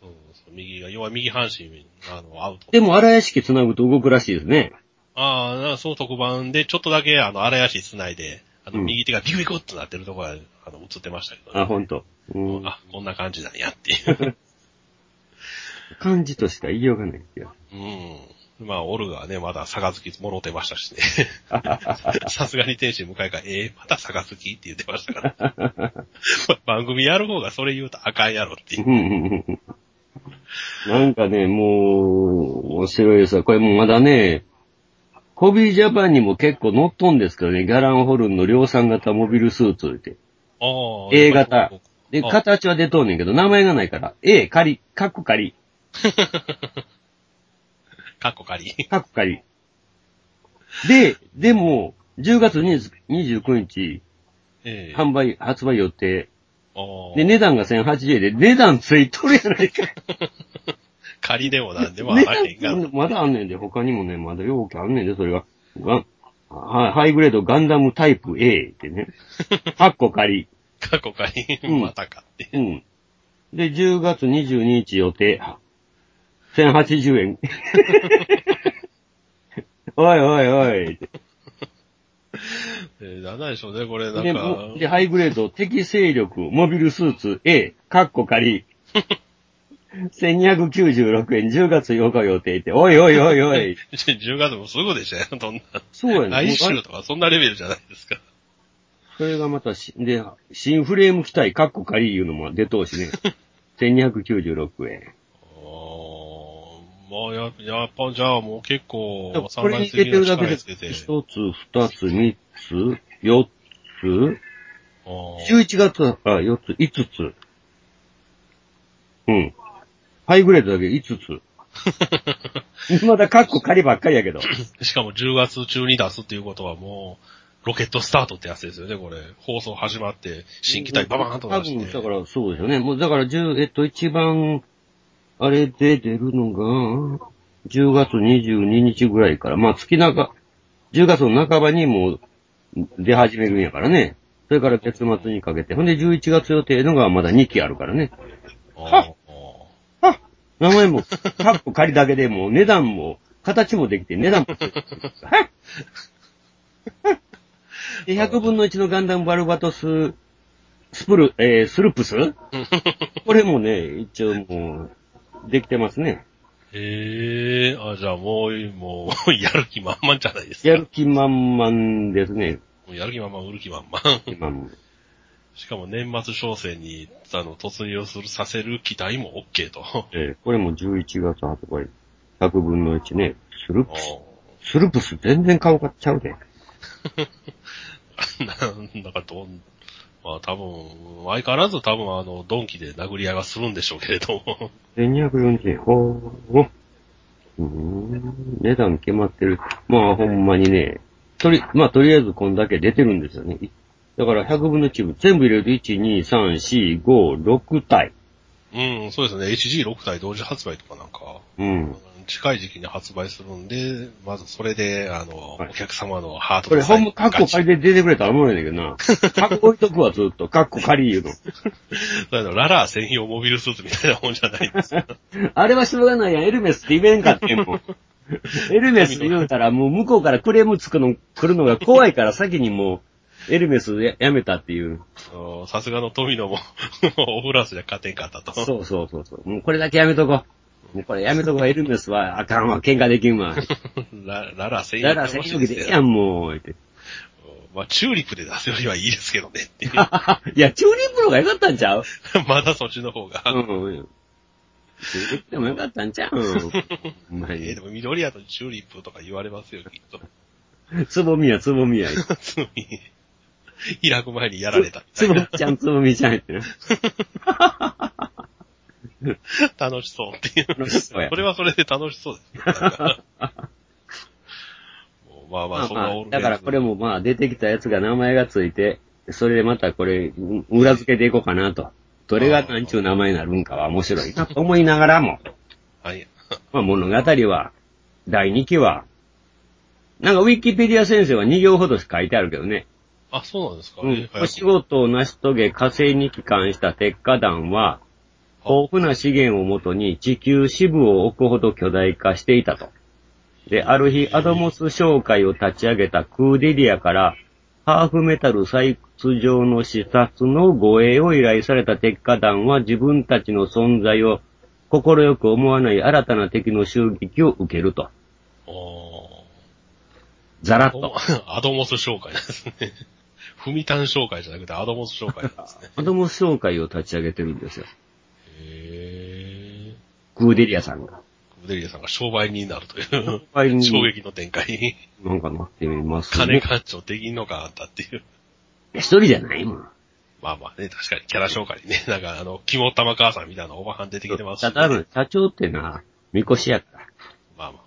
Speaker 3: そう、右が、要は右半身、あの、アウト。
Speaker 4: でも荒屋敷繋ぐと動くらしいですね。
Speaker 3: ああ、なんかその特番で、ちょっとだけ、あの、荒足繋いで、あの、
Speaker 4: うん
Speaker 3: 右手がビクビクってなってるところが、あの、映ってましたけど、ね。
Speaker 4: あ、ほんと。うん。
Speaker 3: あ、こんな感じなんやって いう。
Speaker 4: 感じとしか言いようがないですよ。
Speaker 3: うん。まあ、オルガはね、まだ杯もろてましたしね。 さすがに天使向かいが、えー、また杯って言ってましたから。 番組やる方がそれ言うとあかんやろっていう
Speaker 4: う。んうんうんなんかね、もう、面白いですわ。これもまだね、コビージャパンにも結構乗っとんですけどね、ガランホルンの量産型モビルスーツって。
Speaker 3: ああ
Speaker 4: A 型。で、
Speaker 3: あ
Speaker 4: 形は出とんねんけど、名前がないから、A、仮、カッコ仮、
Speaker 3: かっこかり。
Speaker 4: カッコ仮。で、でも、10月29日、
Speaker 3: ええ
Speaker 4: 販売、発売予定。
Speaker 3: ああ。
Speaker 4: で、値段が1080円で、値段ついとるやないか。
Speaker 3: 仮でもなんでもあ
Speaker 4: 値
Speaker 3: らへんが。
Speaker 4: 段まだあんねんで、他にもね、まだ容器あんねんで、それが。がはハイグレードガンダムタイプ A っ てね。カッコ仮。
Speaker 3: かっこかり。
Speaker 4: うん
Speaker 3: またかって。
Speaker 4: うん。で、10月22日予定。1080円。 おいおいおい。
Speaker 3: えー、なんなんでしょうね、これ、な
Speaker 4: で
Speaker 3: んか
Speaker 4: も。で、ハイグレード、敵勢力、モビルスーツ A、カッコ仮。 1296円10月8日予定って、おいおいおいおい。
Speaker 3: 10月もすぐでした よ、そん
Speaker 4: そうやね
Speaker 3: な。 来週とかそんなレベルじゃないですか。
Speaker 4: それがまたし、で、新フレーム機体、カッコ仮いうのも出とうしね。1296円。
Speaker 3: まあ、や、やっぱ、じゃあもう結構、
Speaker 4: これに出てるだけで、
Speaker 3: つけて。
Speaker 4: 一つ、二つ、三つ、四つ、
Speaker 3: あー
Speaker 4: 11月、あ、4つ、5つ。うん。ハイグレードだけ5つ。まだカッコ仮ばっかりやけど。
Speaker 3: しかも10月中に出すっていうことはもう、ロケットスタートってやつですよね、これ。放送始まって、新機体ババーンと
Speaker 4: 多
Speaker 3: 出し
Speaker 4: 分、
Speaker 3: て。
Speaker 4: だからそうですよね。もうだから10、えっと、一番、あれで出るのが、10月22日ぐらいから、まあ月中、10月の半ばにもう出始めるんやからね。それから月末にかけて。ほんで11月予定のがまだ2期あるからね。
Speaker 3: あー
Speaker 4: 名前も、カッコ仮だけでもう値段も、形もできて値段も。で、100分の1のガンダムバルバトス、スプル、えー、スルプスこれもね、一応もう、できてますね。
Speaker 3: へえ、あ、じゃあもう、もう、やる気満々じゃないですか。
Speaker 4: やる気満々ですね。
Speaker 3: もうやる気満々、売る気満々。
Speaker 4: 今も。
Speaker 3: しかも年末商戦に、あの、突入をする、させる機体も OK と。
Speaker 4: えーこれも11月発売。100分の1ね。スル
Speaker 3: あ
Speaker 4: プス。スルプス全然顔がちゃうで。
Speaker 3: ー なんかどん、まあ多分、相変わらず多分あの、ドンキで殴り合いはするんでしょうけれども。
Speaker 4: で、240円。ほー。うーん。値段決まってる。まあ、ほんまにね。とり、まあ、とりあえずこんだけ出てるんですよね。いだから、100分の1部、全部入れると、1、2、3、4、5、6体。
Speaker 3: うん、そうですね。HG6 体同時発売とかなんか、
Speaker 4: うん。
Speaker 3: 近い時期に発売するんで、まずそれで、あの、
Speaker 4: はい
Speaker 3: お客様のハート
Speaker 4: これ、ほんま、カッコ
Speaker 3: ガチ
Speaker 4: 仮で出てくれたらおもろいんだけど な。カッコ置いとくわ、ずっと。カッコ仮言うの。
Speaker 3: あのララー専用モビルスーツみたいなもんじゃないんですよ。
Speaker 4: あれはしょうがないやん。エルメスって言えんかってんもん。 エルメス言うたら、もう向こうからクレームつくの、来るのが怖いから、先にもう、エルメスややめたっていう。
Speaker 3: あのさすがの富野も、 オフランスじゃ勝てんかったと。
Speaker 4: そうそうそうそう。もうこれだけやめとこう。もうこれやめとこう。エルメスはあかんわ。喧嘩でき んわ。
Speaker 3: ラララ専用
Speaker 4: だから戦力でいいやん、もう。って
Speaker 3: まあ、チューリップで出すよりはいいですけどね っていう
Speaker 4: いや、チューリップの方が良かったんちゃう
Speaker 3: まだそっちの方が。
Speaker 4: うん。チューリップでも良かったんちゃううん。ま
Speaker 3: えーでも緑やとチューリップとか言われますよ、きっと。
Speaker 4: つぼみや、つぼみや。
Speaker 3: つまり開く前にやられたみた
Speaker 4: つ
Speaker 3: い
Speaker 4: ぼみ
Speaker 3: な。
Speaker 4: ちゃん、つぼみちゃんやってな。
Speaker 3: 楽しそうっていう。
Speaker 4: 楽しそうや
Speaker 3: それはそれで楽しそうですね。なんか もうまあま
Speaker 4: ま
Speaker 3: あ、
Speaker 4: あ
Speaker 3: そん
Speaker 4: ま
Speaker 3: な
Speaker 4: あ
Speaker 3: オール
Speaker 4: だからこれ
Speaker 3: も。
Speaker 4: もまあ出てきたやつが名前がついて、それでまたこれ、う裏付けていこうかなと。どれが何ちゅう名前になるんかは面白いなと思いながらも。
Speaker 3: はい。
Speaker 4: まあ、物語は、第2期は、なんかウィキペディア先生は2行ほどしか書いてあるけどね。
Speaker 3: あ、そうなんですか。
Speaker 4: う
Speaker 3: え
Speaker 4: ん
Speaker 3: ー。
Speaker 4: お仕事を成し遂げ火星に帰還した鉄火団は、豊富な資源をもとに地球支部を置くほど巨大化していたと。で、ある日、アドモス商会を立ち上げたクーディリアから、ハーフメタル採掘場の視察の護衛を依頼された鉄火団は自分たちの存在を快く思わない新たな敵の襲撃を受けると。
Speaker 3: お
Speaker 4: ザラッと。
Speaker 3: ー アドモス紹介ですね。 フミタン紹介じゃなくてアドモス紹介なんですね。
Speaker 4: アドモス商会を立ち上げてるんですよ。
Speaker 3: へー。
Speaker 4: クーデリアさんが。
Speaker 3: ブデリアさんが商売人になるという。
Speaker 4: 商売人
Speaker 3: 衝撃の展開。
Speaker 4: なんかなってみます、
Speaker 3: 金
Speaker 4: ね。
Speaker 3: 勘定できんのかあったっていう。
Speaker 4: 一人じゃないもん。
Speaker 3: まあまあね、確かにキャラ紹介にね、なんかあの、肝玉母さんみたいなおばはん出てきてますし、
Speaker 4: ただ、社長ってな、みこしや から。
Speaker 3: まあまあ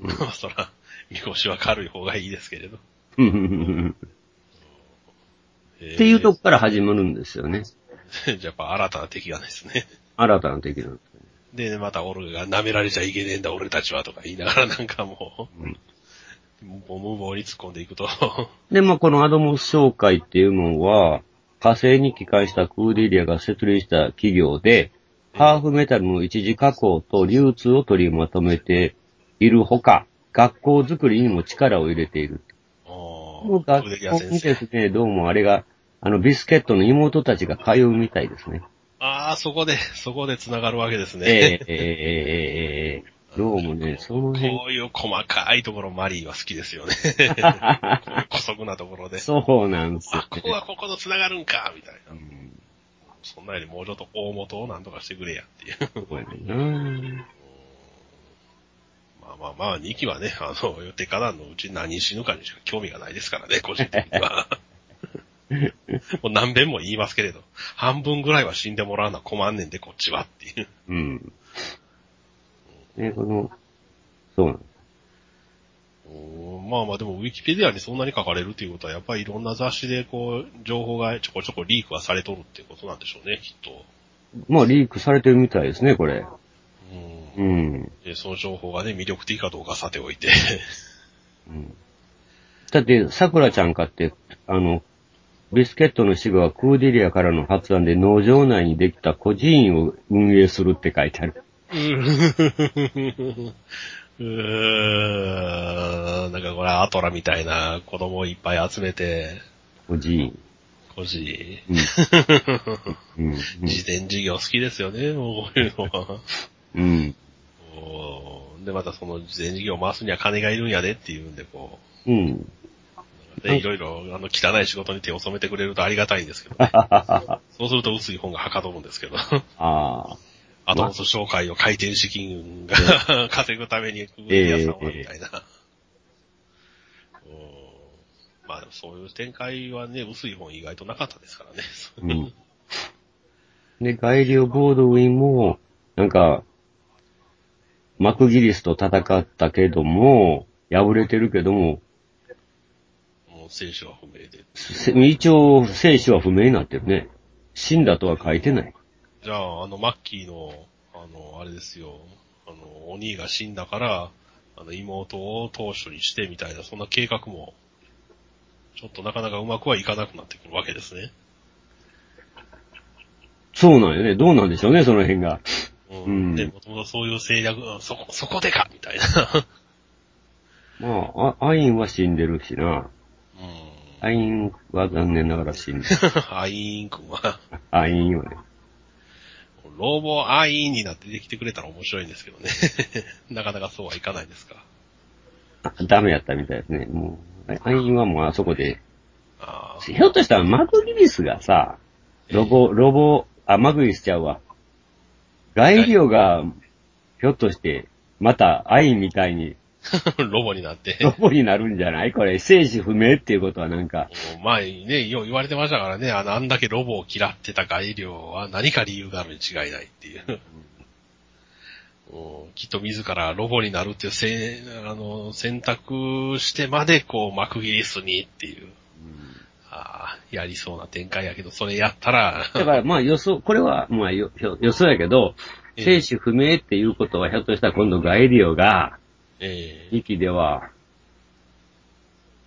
Speaker 3: まあ。まあそら、みこしは軽い方がいいですけれど。
Speaker 4: ふんふんふんふん
Speaker 3: っ
Speaker 4: っていうとこから始まるんですよね。
Speaker 3: じゃあやっぱ新たな敵がですね。
Speaker 4: 新たな敵なんですよね。
Speaker 3: で、また俺が舐められちゃいけねえんだ俺たちはとか言いながらなんかもう、もう無謀に突っ込んでいくと。
Speaker 4: で、まあ、このアドモス商会っていうのは、火星に帰還したクーデリアが設立した企業で、ハーフメタルの一時加工と流通を取りまとめているほか、学校づくりにも力を入れている。も
Speaker 3: も
Speaker 4: う学校に
Speaker 3: 先生。
Speaker 4: ですね、どうもあれが、あの、ビスケットの妹たちが通うみたいですね。
Speaker 3: ああ、そこで、そこで繋がるわけです
Speaker 4: ええ
Speaker 3: ね。
Speaker 4: ええええええ どうもね、その辺、
Speaker 3: こういう細かいところ、マリーは好きです よね。こういう姑息なところで。
Speaker 4: そうなんですよ
Speaker 3: あ、ここはここと繋がるんか、みたいな。そんなよりもうちょっと大元をなんとかしてくれやっていう。
Speaker 4: ね。
Speaker 3: まあまあまあ、2期はね、あの、予定かなんのうち何死ぬかにしか興味がないですからね、個人的に は。もう何遍も言いますけれど、半分ぐらいは死んでもらうのは困んねんで、こっちはっていう。
Speaker 4: うん。で、この、そうなんです。
Speaker 3: うんまあまあでも、ウィキペディアにそんなに書かれるということは、やっぱりいろんな雑誌でこう、情報がちょこちょこリークはされとるっていうことなんでしょうね、きっと。
Speaker 4: まあ、リークされてるみたいですね、これ。
Speaker 3: うん
Speaker 4: うん。
Speaker 3: でその情報がね、魅力的かどうかさておいて。
Speaker 4: うんだって、桜ちゃんかって、あの、ビスケットの死後はクーディリアからの発案で農場内にできた孤児院を運営するって書いてある。
Speaker 3: うーん、なんかこれアトラみたいな子供をいっぱい集めて、
Speaker 4: 孤児院。
Speaker 3: 個人、
Speaker 4: うん。うん
Speaker 3: 自伝事業好きですよね、もうこういうのは。
Speaker 4: うん。
Speaker 3: おーで、またその自伝事業を回すには金がいるんやでっていうんで、こ
Speaker 4: うん。
Speaker 3: う、で、いろいろ、あの、汚い仕事に手を染めてくれるとありがたいんですけど、 ね、そうすると薄い本がはかどるんですけ ど、
Speaker 4: ああ。
Speaker 3: アトラス商会を回転資金が 稼ぐために、クーディアさんはみたいな。おーまあでもそういう展開はね、薄い本意外となかったですからね。
Speaker 4: うん。で、外流ボードウィンも、なんか、マクギリスと戦ったけども、敗れてるけども、
Speaker 3: もう聖書は不明で。
Speaker 4: せ一応、生死は不明になってるね。死んだとは書いてない。
Speaker 3: じゃあ、あの、マッキーの、あの、あれですよ、あの、お兄が死んだから、あの、妹を当主にしてみたいな、そんな計画も、ちょっとなかなかうまくはいかなくなってくるわけですね。
Speaker 4: そうなんよね。どうなんでしょうね、その辺が。
Speaker 3: うん。
Speaker 4: うん
Speaker 3: で、もともとそういう制約、うんそこ、そこでかみたいな。
Speaker 4: まあ、あアインは死んでるし
Speaker 3: うん。
Speaker 4: な。アインは残念ながら死んでる。
Speaker 3: アイーン君は、
Speaker 4: アインはね。
Speaker 3: ロボアイーンになって出てきてくれたら面白いんですけどね。 なかなかそうはいかないですか。
Speaker 4: あダメやったみたいですね。もう、アインはもうあそこで。
Speaker 3: ああ。
Speaker 4: ひょっとしたらマクギリスがさ、ロボ、ロボ、あ、マクギリスちゃうわ。外量が、ひょっとして、またアインみたいに
Speaker 3: ロボにな って。
Speaker 4: ロボになるんじゃないこれ、生死不明っていうことはなんか、
Speaker 3: 前にね、よう言われてましたからね、あの、あんだけロボを嫌ってた外量は何か理由があるに違いないっていう。うんきっと自らロボになるっていうせあの選択してまでこう、幕切りすにっていう。ああ、やりそうな展開やけど、それやったら、
Speaker 4: だからまあ予想、これはまあよよ予想やけど、
Speaker 3: ええ
Speaker 4: 生死不明っていうことはひょっとしたら今度ガエリオが、
Speaker 3: ええ
Speaker 4: 2期では、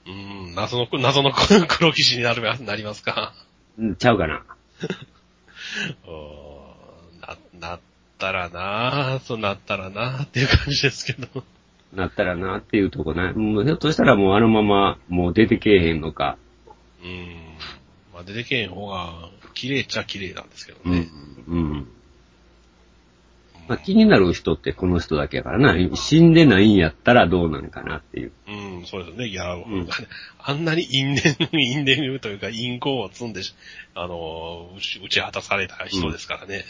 Speaker 3: うん、謎の、謎の 黒騎士になる、なりますか。
Speaker 4: うんちゃうかな。
Speaker 3: うんな、なったらなぁ、そうなったらなぁっていう感じですけど。
Speaker 4: なったらなっていうとこね。もうひょっとしたらもうあのままもう出てけえへんのか。
Speaker 3: うん。まあ、出てけん方が、綺麗っちゃ綺麗なんですけど
Speaker 4: う
Speaker 3: ね
Speaker 4: ん。。うん。まあ気になる人ってこの人だけやからな。死んでないんやったらどうなんかなっていう。
Speaker 3: うん、そうですね。いや、あんなに因縁、因縁というか、因果を積んでし、あの、打ち打ち果たされた人ですからね。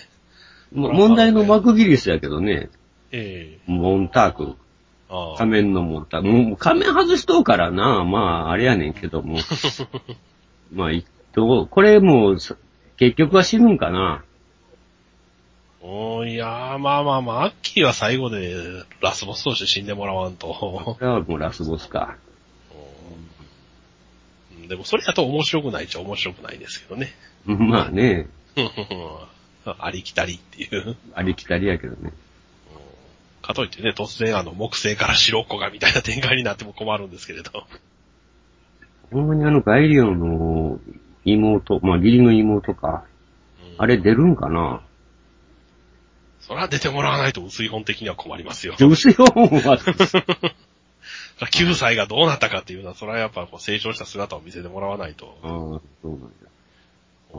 Speaker 4: もう問題のマクギリスやけどね。
Speaker 3: ええ
Speaker 4: モンターク。
Speaker 3: ああ
Speaker 4: 仮。面の持った。もう仮面外しとうからな、まあ、あれやねんけど も。まあ、一等、これもう、さ結局は死ぬんかな。
Speaker 3: おーいやー、まあまあまあ、アッキーは最後でラスボスとして死んでもらわんと
Speaker 4: こ。れはもうラスボスか。
Speaker 3: うんでも、それだと面白くないっちゃ面白くないですけどね。
Speaker 4: まあね、
Speaker 3: ありきたりっていう。
Speaker 4: ありきたりやけどね。
Speaker 3: かといってね、突然あの、木星から白っ子がみたいな展開になっても困るんですけれど。
Speaker 4: ほんまにあのガイリオンの妹、まあ義理の妹か。あれ出るんかな
Speaker 3: それは出てもらわないと薄い本的には困りますよ。
Speaker 4: 女子本は、
Speaker 3: 9歳がどうなったかっていうのは、それはやっぱこう成長した姿を見せてもらわないと。
Speaker 4: ああ、そうなんだ。うん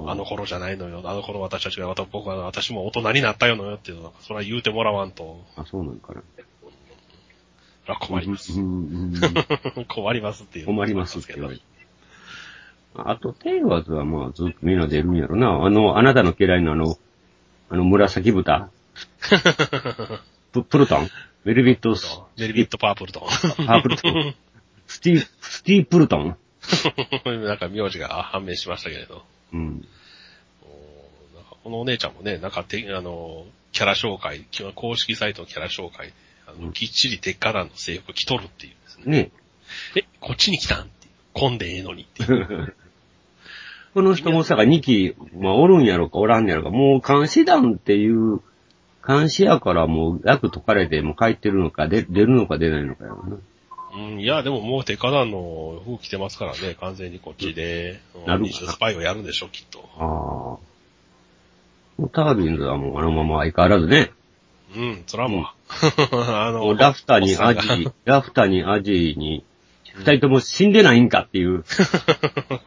Speaker 3: あの頃じゃないのよ。あの頃私たちが、また僕は、私も大人になったよのよっていうのは、それは言うてもらわんと、
Speaker 4: あ、そうなんかな。
Speaker 3: それは困ります
Speaker 4: う。ん、うん
Speaker 3: 困りますっていう。
Speaker 4: 困りますって言われて。あと、テイワーズはまあ、ずっとみんな出るんやろな。あの、あなたの嫌いなあの、あの、紫 豚。ププルトンメルビットス、
Speaker 3: メルビットパープルと。
Speaker 4: パープルトン。スティー、スティープルトン
Speaker 3: なんか名字が判明しましたけれど。
Speaker 4: うん。
Speaker 3: おなんかこのお姉ちゃんもね、なんかて、あの、キャラ紹介、き公式サイトのキャラ紹介、あの、きっちり鉄火団の制服着とるっていうですね。
Speaker 4: ね
Speaker 3: え、こっちに来たんっていう。混んでええのにっていう。
Speaker 4: この人もさ、2期、まあ、おるんやろか、おらんやろか、もう監視団っていう、監視やからもう、役解かれて、もう帰ってるのか、で出るのか出ないのかやろな。
Speaker 3: うん、いや、でももう鉄火団の服着てますからね、完全にこっちで。うん
Speaker 4: なるほど
Speaker 3: 一緒にスパイをやるんでしょ、きっと。
Speaker 4: ああ。もうタービンズはもうあのまま相変わらずね。
Speaker 3: うん、そらもう、 あ
Speaker 4: も
Speaker 3: の、
Speaker 4: うラフターにア
Speaker 3: おっさん
Speaker 4: ジ、ラフターにアジに、二人とも死んでないんかっていう。
Speaker 3: が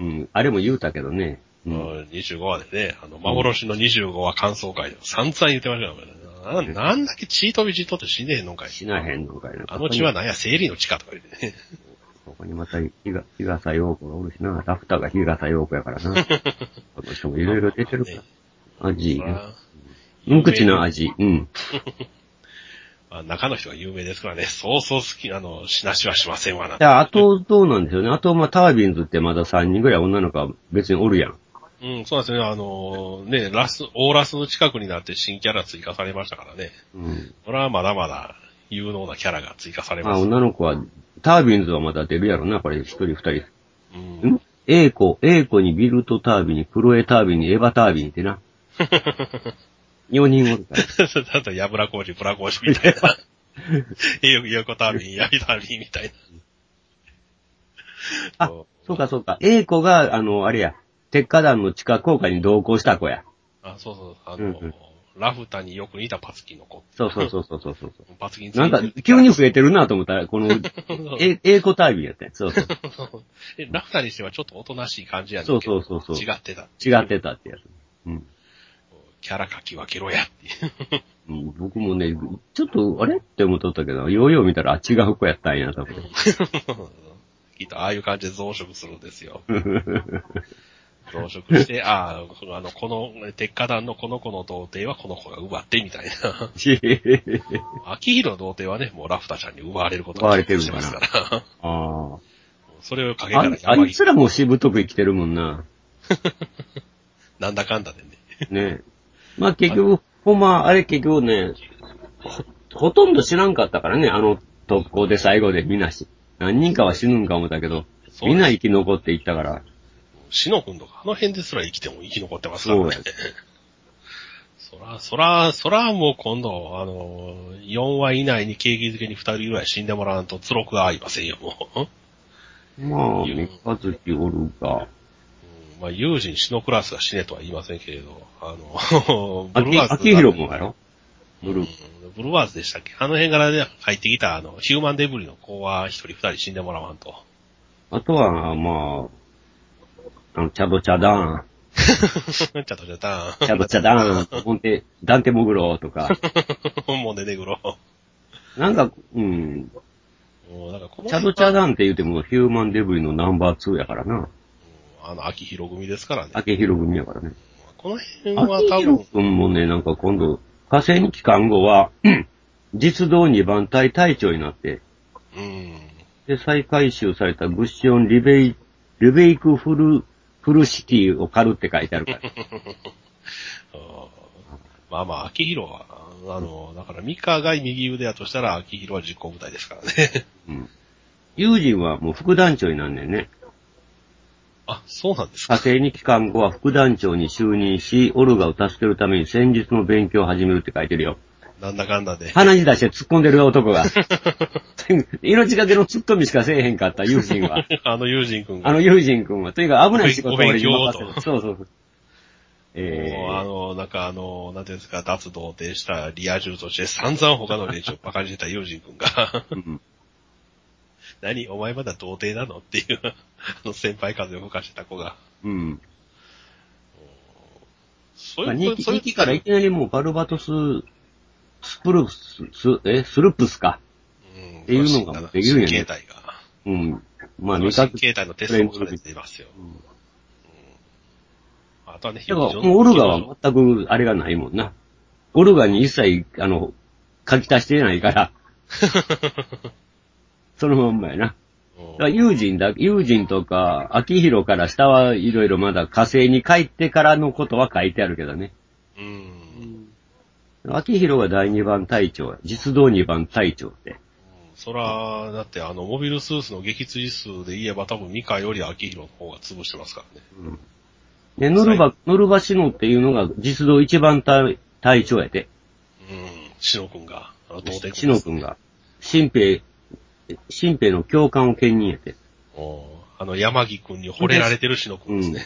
Speaker 4: うん、あれも言うたけどね。う。
Speaker 3: うん ん、25話でね、あの、幻の25話感想会で散々言ってましたからね。ななんだっけチートビチートって死ねえのかい。
Speaker 4: 死なへんのかいな。
Speaker 3: あの血は何や、生理の血かとか言ってね。
Speaker 4: ここにまた、日が、日傘陽子がおるしな。ラフターが日傘陽子やから な。この人もいろいろ出てるから。アジ
Speaker 3: ま、あ
Speaker 4: 無口なアジ。うん。
Speaker 3: まあ、中の人が有名ですからね、そうそう好きなの、死なしはしませんわな
Speaker 4: じ。ゃあ、あと、どうなんですよね。あと、まあ、タービンズってまだ3人ぐらい女の子は別におるやん。
Speaker 3: うん、そうなんですよね、あの、ね、ラス、オーラスの近くになって新キャラ追加されましたからね。
Speaker 4: うん。
Speaker 3: これはまだまだ有能なキャラが追加され
Speaker 4: ま
Speaker 3: ま
Speaker 4: あ、
Speaker 3: す。
Speaker 4: 女の子は、タービンズはまだ出るやろな、これ、一人二人。
Speaker 3: うん。
Speaker 4: ん ?A 子、A 子にビルトタービンに、クロエタービンに、エヴァタービンっ てな。4人おるから。
Speaker 3: だと、ヤブラコージ、ブラコージみたいな。えよ、よこたび、やびたびみたいな。
Speaker 4: あ、そうかそうか。A 子が、あの、あれや、鉄火団の地下高架に同行した子や。
Speaker 3: あ、そうそう、あ
Speaker 4: うん
Speaker 3: の、
Speaker 4: うん
Speaker 3: ラフタによく似たパツキンの子。
Speaker 4: そうそうそうそうそうそう。
Speaker 3: パツキン
Speaker 4: なんか、急に増えてるなと思ったら、この、え、英語タイビンやったやんそうそう。
Speaker 3: えラフタにしてはちょっとおとなしい感じやねんけ
Speaker 4: そう
Speaker 3: ど。
Speaker 4: そうそうそう。
Speaker 3: 違ってた。
Speaker 4: 違ってたってやつ。うん。
Speaker 3: キャラ書き分けろやっていう。
Speaker 4: うん僕もね、ちょっと、あれって思っとったけど、ようよう見たら、あ、違う子やったんや、多分。
Speaker 3: きっとああいう感じで増殖するんです よ。増殖して、ああ、このあの、この、鉄火団のこの子の童貞はこの子が奪ってみたい な。秋広の童貞はね、もうラフタちゃんに奪われること
Speaker 4: 奪われてるん
Speaker 3: し
Speaker 4: だな
Speaker 3: ますから。
Speaker 4: ああ。
Speaker 3: それを陰か
Speaker 4: あ
Speaker 3: ら
Speaker 4: あ
Speaker 3: 山
Speaker 4: い
Speaker 3: 木
Speaker 4: つらもしぶとく生きてるもんな。
Speaker 3: なんだかんだでね。
Speaker 4: ね。まあ結局、ほんま、あれ結局ね、ほ、ほとんど知らんかったからね、あの特攻で最後でみんなし、何人かは死ぬんか思ったけど、
Speaker 3: そうです
Speaker 4: みんな生き残っていったから、
Speaker 3: しのくんとか、あの辺ですら生きても生き残ってますからね
Speaker 4: そう。
Speaker 3: そら、そら、そらもう今度、あの、4話以内に景気づけに2人ぐらい死んでもらわんと、つろくが合いませんよ、もう。
Speaker 4: まあ、
Speaker 3: いや
Speaker 4: 三日月おるが、
Speaker 3: うんまあ、友人、シノクラスが死ねとは言いませんけれど、あ の、
Speaker 4: あ
Speaker 3: ブルワーズ。
Speaker 4: きひろもやろ
Speaker 3: ブ
Speaker 4: ブ
Speaker 3: ル
Speaker 4: ル
Speaker 3: ブルワーズでしたっけあの辺からね、入ってきた、あの、ヒューマンデブリの子は一人二人死んでもらわん と。
Speaker 4: あとは、まあ、あの、チャドチャダ ーン、
Speaker 3: ちゃったちゃった
Speaker 4: チャドチャダーン、ほんで、ダンテモグロ とか、
Speaker 3: もう出てくろ。
Speaker 4: なんか、うん、
Speaker 3: もうなんかこの
Speaker 4: チャドチャダーンって言うてもヒューマンデブリのナンバー2やからな、
Speaker 3: あの、秋広組ですからね。
Speaker 4: 明ひろ組やからね。
Speaker 3: この辺は
Speaker 4: 秋
Speaker 3: 多
Speaker 4: 広
Speaker 3: 分、
Speaker 4: 君もね、なんか今度、河川機関後は、実動2番隊隊長になって、
Speaker 3: うん。
Speaker 4: で、再回収されたグッシオン・リベイ、リベイクフル、フルシティを狩るって書いてあ るから。
Speaker 3: あーまあまあ、秋広は、あの、だから、ミカが右腕やとしたら、秋広は実行部隊ですからね。
Speaker 4: うん。友人はもう副団長になんねんね。
Speaker 3: あ、そうなんですか。
Speaker 4: 火星に帰還後は副団長に就任し、オルガを助けるために戦術の勉強を始めるって書いてるよ。
Speaker 3: なんだかんだで。
Speaker 4: 鼻に出して突っ込んでる男が。命がけの突っ込みしかせえへんかった、友人 は。
Speaker 3: あの友人君が
Speaker 4: あ。の、友人君は、とにかく危ない仕事を俺に
Speaker 3: ご勉
Speaker 4: 任
Speaker 3: 強を
Speaker 4: せる。そうそうそう。え
Speaker 3: もうあの、なんかあの、なんていうんですか、脱童貞したリア充として散々他の連中を馬鹿にしてた友人君が、
Speaker 4: ーうん
Speaker 3: 何お前まだ童貞なのっていう、あの先輩風を吹かしてた子が、
Speaker 4: うん。
Speaker 3: そう
Speaker 4: まあ、
Speaker 3: い
Speaker 4: 2
Speaker 3: う、
Speaker 4: 期
Speaker 3: そういう
Speaker 4: 二期からいきなりもうバルバトス、スプルプス、スえ、スルプスか。
Speaker 3: って
Speaker 4: いうのができるんやね
Speaker 3: 新形態が。
Speaker 4: うん。まあ、
Speaker 3: 新
Speaker 4: 見た
Speaker 3: 形態のテストもされていますよ。うんあとはね、
Speaker 4: だから、もうオルガは全くあれがないもんな。オルガに一切、あの、書き足してない から。そのまんまやな。だから友人だ、友人とか、秋広から下はいろいろまだ火星に帰ってからのことは書いてあるけどね。
Speaker 3: うん。
Speaker 4: 秋広が第2番隊長や、実動2番隊長って。
Speaker 3: そら、だってあの、モビルスーツの撃墜数で言えば多分ミカより秋広の方が潰してますからね。
Speaker 4: で、ノルバ、ノルバシノっていうのが実動1番隊隊長やて。
Speaker 3: うん。シノ君が、あの、東電
Speaker 4: シノ君が、新兵、新兵の教官を兼任やて。
Speaker 3: おあの、山木君に惚れられてるシノ君ですね。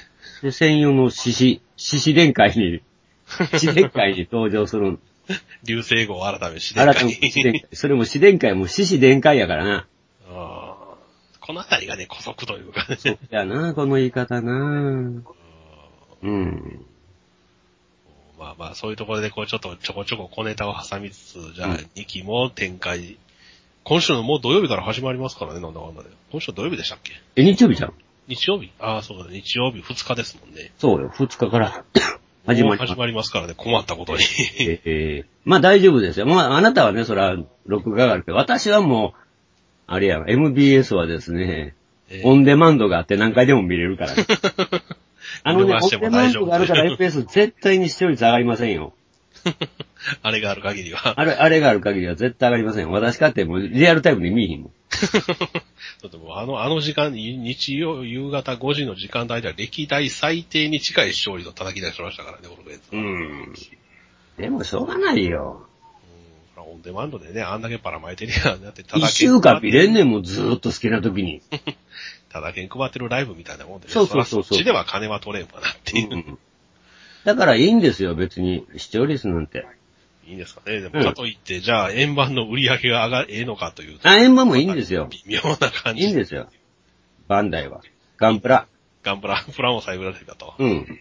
Speaker 4: で、専用の獅子、獅子殿会に、 獅子殿会に登場する。
Speaker 3: 流星号改めし
Speaker 4: 新たに獅子殿会。それも獅子殿会も獅子殿会やからな。
Speaker 3: ああこのあたりがね、古速というかね。
Speaker 4: そうやな、この言い方な。うん。
Speaker 3: まあまあ、そういうところでこう、ちょっとちょこちょこ小ネタを挟みつつ、じゃあ、2期も展開。今週のもう土曜日から始まりますからね、なんだかんだで。今週土曜日でしたっけ
Speaker 4: え、日曜日じゃん。
Speaker 3: 日曜日ああ、そうだ、日曜日2日ですもんね。
Speaker 4: そうよ、二日から始まり
Speaker 3: もう
Speaker 4: ます
Speaker 3: 始。まりますからね、困った ことに。
Speaker 4: ええまあ大丈夫ですよ。まああなたはね、そら、録画があるけど、私はもう、あれやわ、MBS はですね、
Speaker 3: え
Speaker 4: オンデマンドがあって何回でも見れるか ら、ね。あの
Speaker 3: 見
Speaker 4: ね、
Speaker 3: 逃
Speaker 4: オ
Speaker 3: し
Speaker 4: ン
Speaker 3: て
Speaker 4: デ
Speaker 3: も
Speaker 4: マ
Speaker 3: 大
Speaker 4: ン
Speaker 3: 丈夫
Speaker 4: ドがあるから FPS 絶対に視聴率上がりませんよ。
Speaker 3: あれがある限りは。
Speaker 4: あれ、あれがある限りは絶対上がりませんよ。私かってもうリアルタイムで見えひんもん。
Speaker 3: だってもうあの、あの時間、い日曜夕方5時の時間帯では歴代最低に近い勝利の叩き出しましたからね、オルベンズ。
Speaker 4: うん。でもしょうがないよ。
Speaker 3: オンデマンドでね、あんだけばらまいてるやん。だって、た
Speaker 4: 一
Speaker 3: だけ
Speaker 4: 週間見れんねん、もうずーっと好きな時に。
Speaker 3: ただけん配ってるライブみたいなもんでね。
Speaker 4: そうそうそうそう
Speaker 3: らそっちでは金は取れんわなっていう。
Speaker 4: だからいいんですよ、別に。視聴率なんて。
Speaker 3: いいんですかね。でも、かといって、じゃあ、円盤の売り上げが上が、ええのかというと。
Speaker 4: あ、円盤もいいんですよ。
Speaker 3: 微妙な感じ。
Speaker 4: いいんですよ。バンダイは。ガンプラ。
Speaker 3: ガンプラ、 プラも最後られたと。
Speaker 4: うん。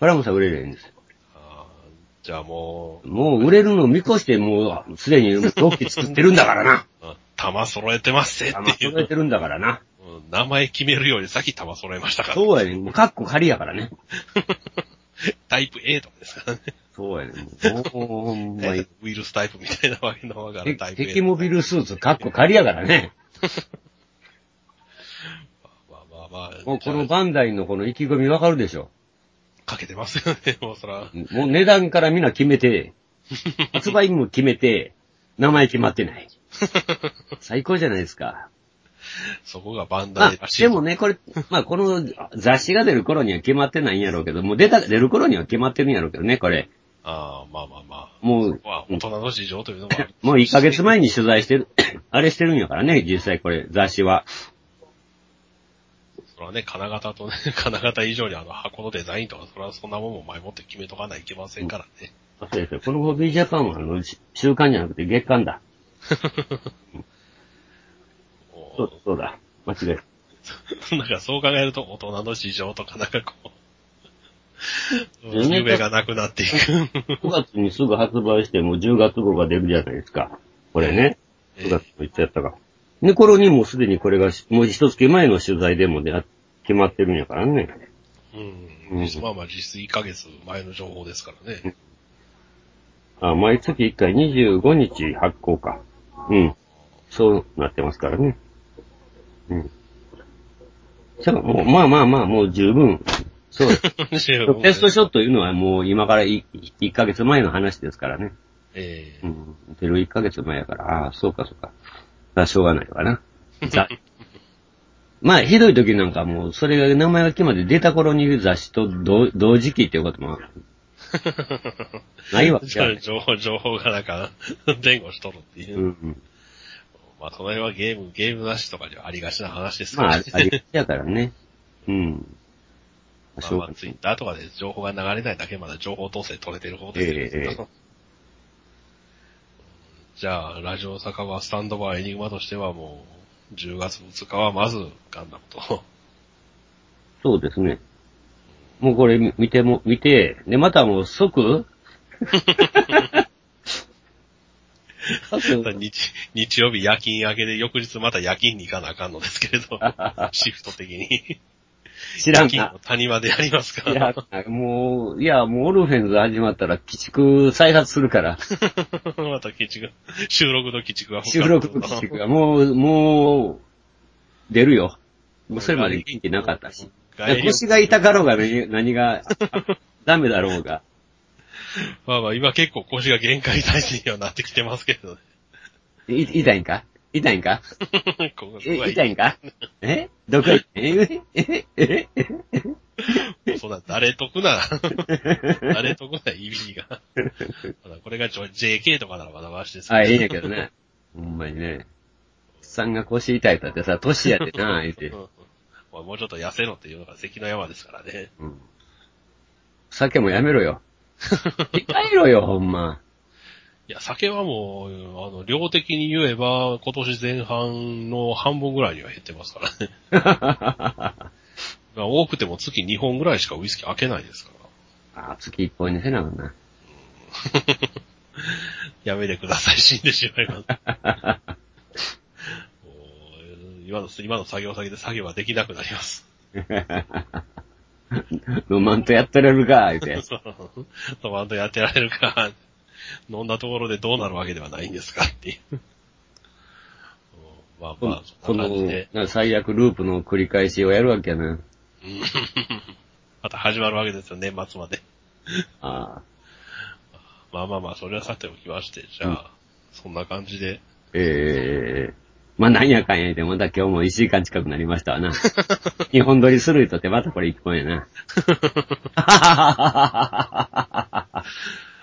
Speaker 4: プラモさ売れりゃいいんですよ。
Speaker 3: あーじゃあも
Speaker 4: もう売れるのを見越して、もうすでに6機作ってるん だからな。
Speaker 3: う、うん弾揃えてますぜ
Speaker 4: 玉
Speaker 3: っていう。
Speaker 4: 揃えてるんだからな。
Speaker 3: うん名前決めるより先弾揃えましたから。
Speaker 4: そうやねん。もうカッコ仮やからね。
Speaker 3: タイプ A とかですからね。
Speaker 4: そうやねん。もうほ んまに。
Speaker 3: ウイルスタイプみたいなわけのわからんタイプ A。
Speaker 4: 敵モビルスーツカッコ仮やからね。
Speaker 3: まあまあまあ、
Speaker 4: もうこのバンダイのこの意気込みわかるでしょ。
Speaker 3: かけてますよね、もうそら。
Speaker 4: もう値段からみんな決めて、発売日も決めて、名前決まっ てない。最高じゃないですか。
Speaker 3: そこがバンダ
Speaker 4: まあ
Speaker 3: イら、しい。
Speaker 4: でもね、これ、まあ、この雑誌が出る頃には決まってないんやろうけど、もう出た、出る頃には決まってるんやろうけどね、これ。
Speaker 3: ああ、まあまあまあ。
Speaker 4: もう、。
Speaker 3: まあ、大人の事情というのもある
Speaker 4: もう1ヶ月前に取材してる、 あれしてるんやからね、実際これ、雑誌は。
Speaker 3: それはね、金型とね、 金型以上にあの箱のデザインとか、それはそんなもんも前もって決めとかないといけませんからね。
Speaker 4: あそうですよ。このホビージャパンは、あの、し週刊じゃなくて月刊だ。
Speaker 3: も
Speaker 4: そう、そうだ。間違え た。
Speaker 3: うなんかそう考えると大人の事情とかなんかこう、
Speaker 4: 全然
Speaker 3: 夢がなくなってい く。
Speaker 4: 9月にすぐ発売して、もう10月号が出るじゃないですか。これね。
Speaker 3: え
Speaker 4: 9
Speaker 3: え
Speaker 4: 月も言っちゃったか。で、頃にもうすでにこれが、もう一月前の取材でもね、あ決まってるんやからね。
Speaker 3: うん。まあまあ実質1ヶ月前の情報ですからね。
Speaker 4: あ、毎月1回25日発行か。うん。そうなってますからね。うん。じゃあもう、まあまあまあ、もう十分。そうです。テストショットいうのはもう今から 1, ヶ月前の話ですからね。
Speaker 3: え
Speaker 4: う
Speaker 3: え
Speaker 4: ん。出る1ヶ月前やから、ああ、そうかそうか。まあ、しょうがないわな。ざまあ、ひどい時なんかもう、それが名前が決まって出た頃に雑誌と同同時期っていうことも、ないわけ
Speaker 3: じゃあ。
Speaker 4: や
Speaker 3: 情報、情報がなんか、 前後しとるっていうう。
Speaker 4: んうん。
Speaker 3: まあ、その辺はゲーム、ゲームなしとかにはありがちな話ですか
Speaker 4: ま
Speaker 3: ら
Speaker 4: あ、ありがちやからね。うん。
Speaker 3: まあ
Speaker 4: しょう
Speaker 3: まあ、
Speaker 4: がない
Speaker 3: ツイッターとかで情報が流れないだけまだ情報統制取れてる方ですけど、
Speaker 4: ええええ
Speaker 3: じゃあ、ラジオ大阪はスタンドバーエニグマとしてはもう、10月2日はまずガンダムと。
Speaker 4: そうですね。もうこれ見ても、見て、で、またも う即即
Speaker 3: 日、日曜日夜勤明けで翌日また夜勤に行かなあかんのですけれ ど、シフト的に。
Speaker 4: 知らん
Speaker 3: 夜勤
Speaker 4: な
Speaker 3: の。谷間でやりますか
Speaker 4: い
Speaker 3: ら
Speaker 4: や。、もう、いや、もうオルフェンズ始まったら、鬼畜再発する から、
Speaker 3: また鬼畜、収録の鬼畜が
Speaker 4: 収録の鬼 畜が、もう、もう、出るよ。もうそれまで元気なかったし。だから
Speaker 3: 外
Speaker 4: 腰が痛かろうが何、何が、ダメだろうが。
Speaker 3: まあまあ今結構腰が限界体制にはなってきてますけどね。
Speaker 4: い痛いんか痛いんか
Speaker 3: ここ
Speaker 4: え
Speaker 3: が
Speaker 4: 痛いんかえどこいええええ
Speaker 3: そんな、誰得な、誰得な意味が。ほらこれがちょ JK とかならまだマシですけど
Speaker 4: あ、ええんやけどね。ほんまにね。おっさんが腰痛いだってさ、年や でな、言うて
Speaker 3: うん。うんおいもうちょっと痩せろっていうのが関の山ですからね。
Speaker 4: うん。酒もやめろよ。控えろよ、ほんま。
Speaker 3: いや、酒はもう、あの、量的に言えば、今年前半の半分ぐらいには減ってますからね。
Speaker 4: あ、
Speaker 3: まあ多くても月2本ぐらいしかウイスキー開けないですから。
Speaker 4: 月一本にせなあかんな。
Speaker 3: やめてください、死んでしまいます。もう今の、今の作業先で作業はできなくなります。
Speaker 4: ロマンとやってられるか、言うて。
Speaker 3: トマントやってられるか、飲んだところでどうなるわけではないんですかっていう。 まあまあ、そ
Speaker 4: こ
Speaker 3: んな感じで、
Speaker 4: の、最悪ループの繰り返しをやるわけやな。
Speaker 3: また始まるわけですよ、年末まで。
Speaker 4: ああ。
Speaker 3: まあまあまあ、それはさておきまして、じゃあ、そんな感じで、
Speaker 4: ええまあ、なんやかんや言うて、また今日も1時間近くなりました わな。日本撮りするとってまたこれ一本や な。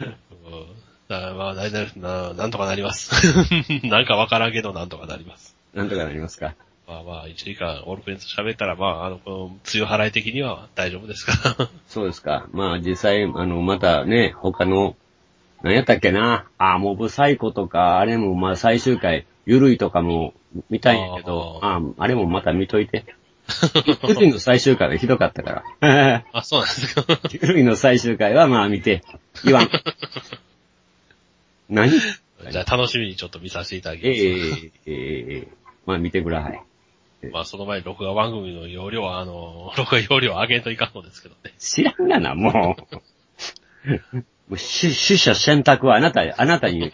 Speaker 3: うんだまあ、大丈夫な、なんとかなります。 なんかわからんけど、なんとかなります。
Speaker 4: なんとかなりますか。
Speaker 3: まあまあ、1時間オルフェンズ喋ったら、まあ、あの、この、梅雨払い的には大丈夫ですから。
Speaker 4: そうですか。まあ実際、あの、またね、他の、何やったっけな、あーモブサイコとか、あれもまあ最終回、ゆるいとかも見たいんやけど、
Speaker 3: あ
Speaker 4: あーあれもまた見といて。ゆるいの最終回はひどかったから。
Speaker 3: あ、そうなんですか。
Speaker 4: ゆるいの最終回はまあ見て、言 わん。何
Speaker 3: じゃあ、楽しみにちょっと見させていただき
Speaker 4: え
Speaker 3: ま
Speaker 4: え
Speaker 3: す。
Speaker 4: ええええまあ見てください。
Speaker 3: まあ、その前に録画番組の容量は、あの、 録画容量を上げんといかんのですけどね。
Speaker 4: 知らんがな、もう。もう取取捨選択はあなた、あなたに、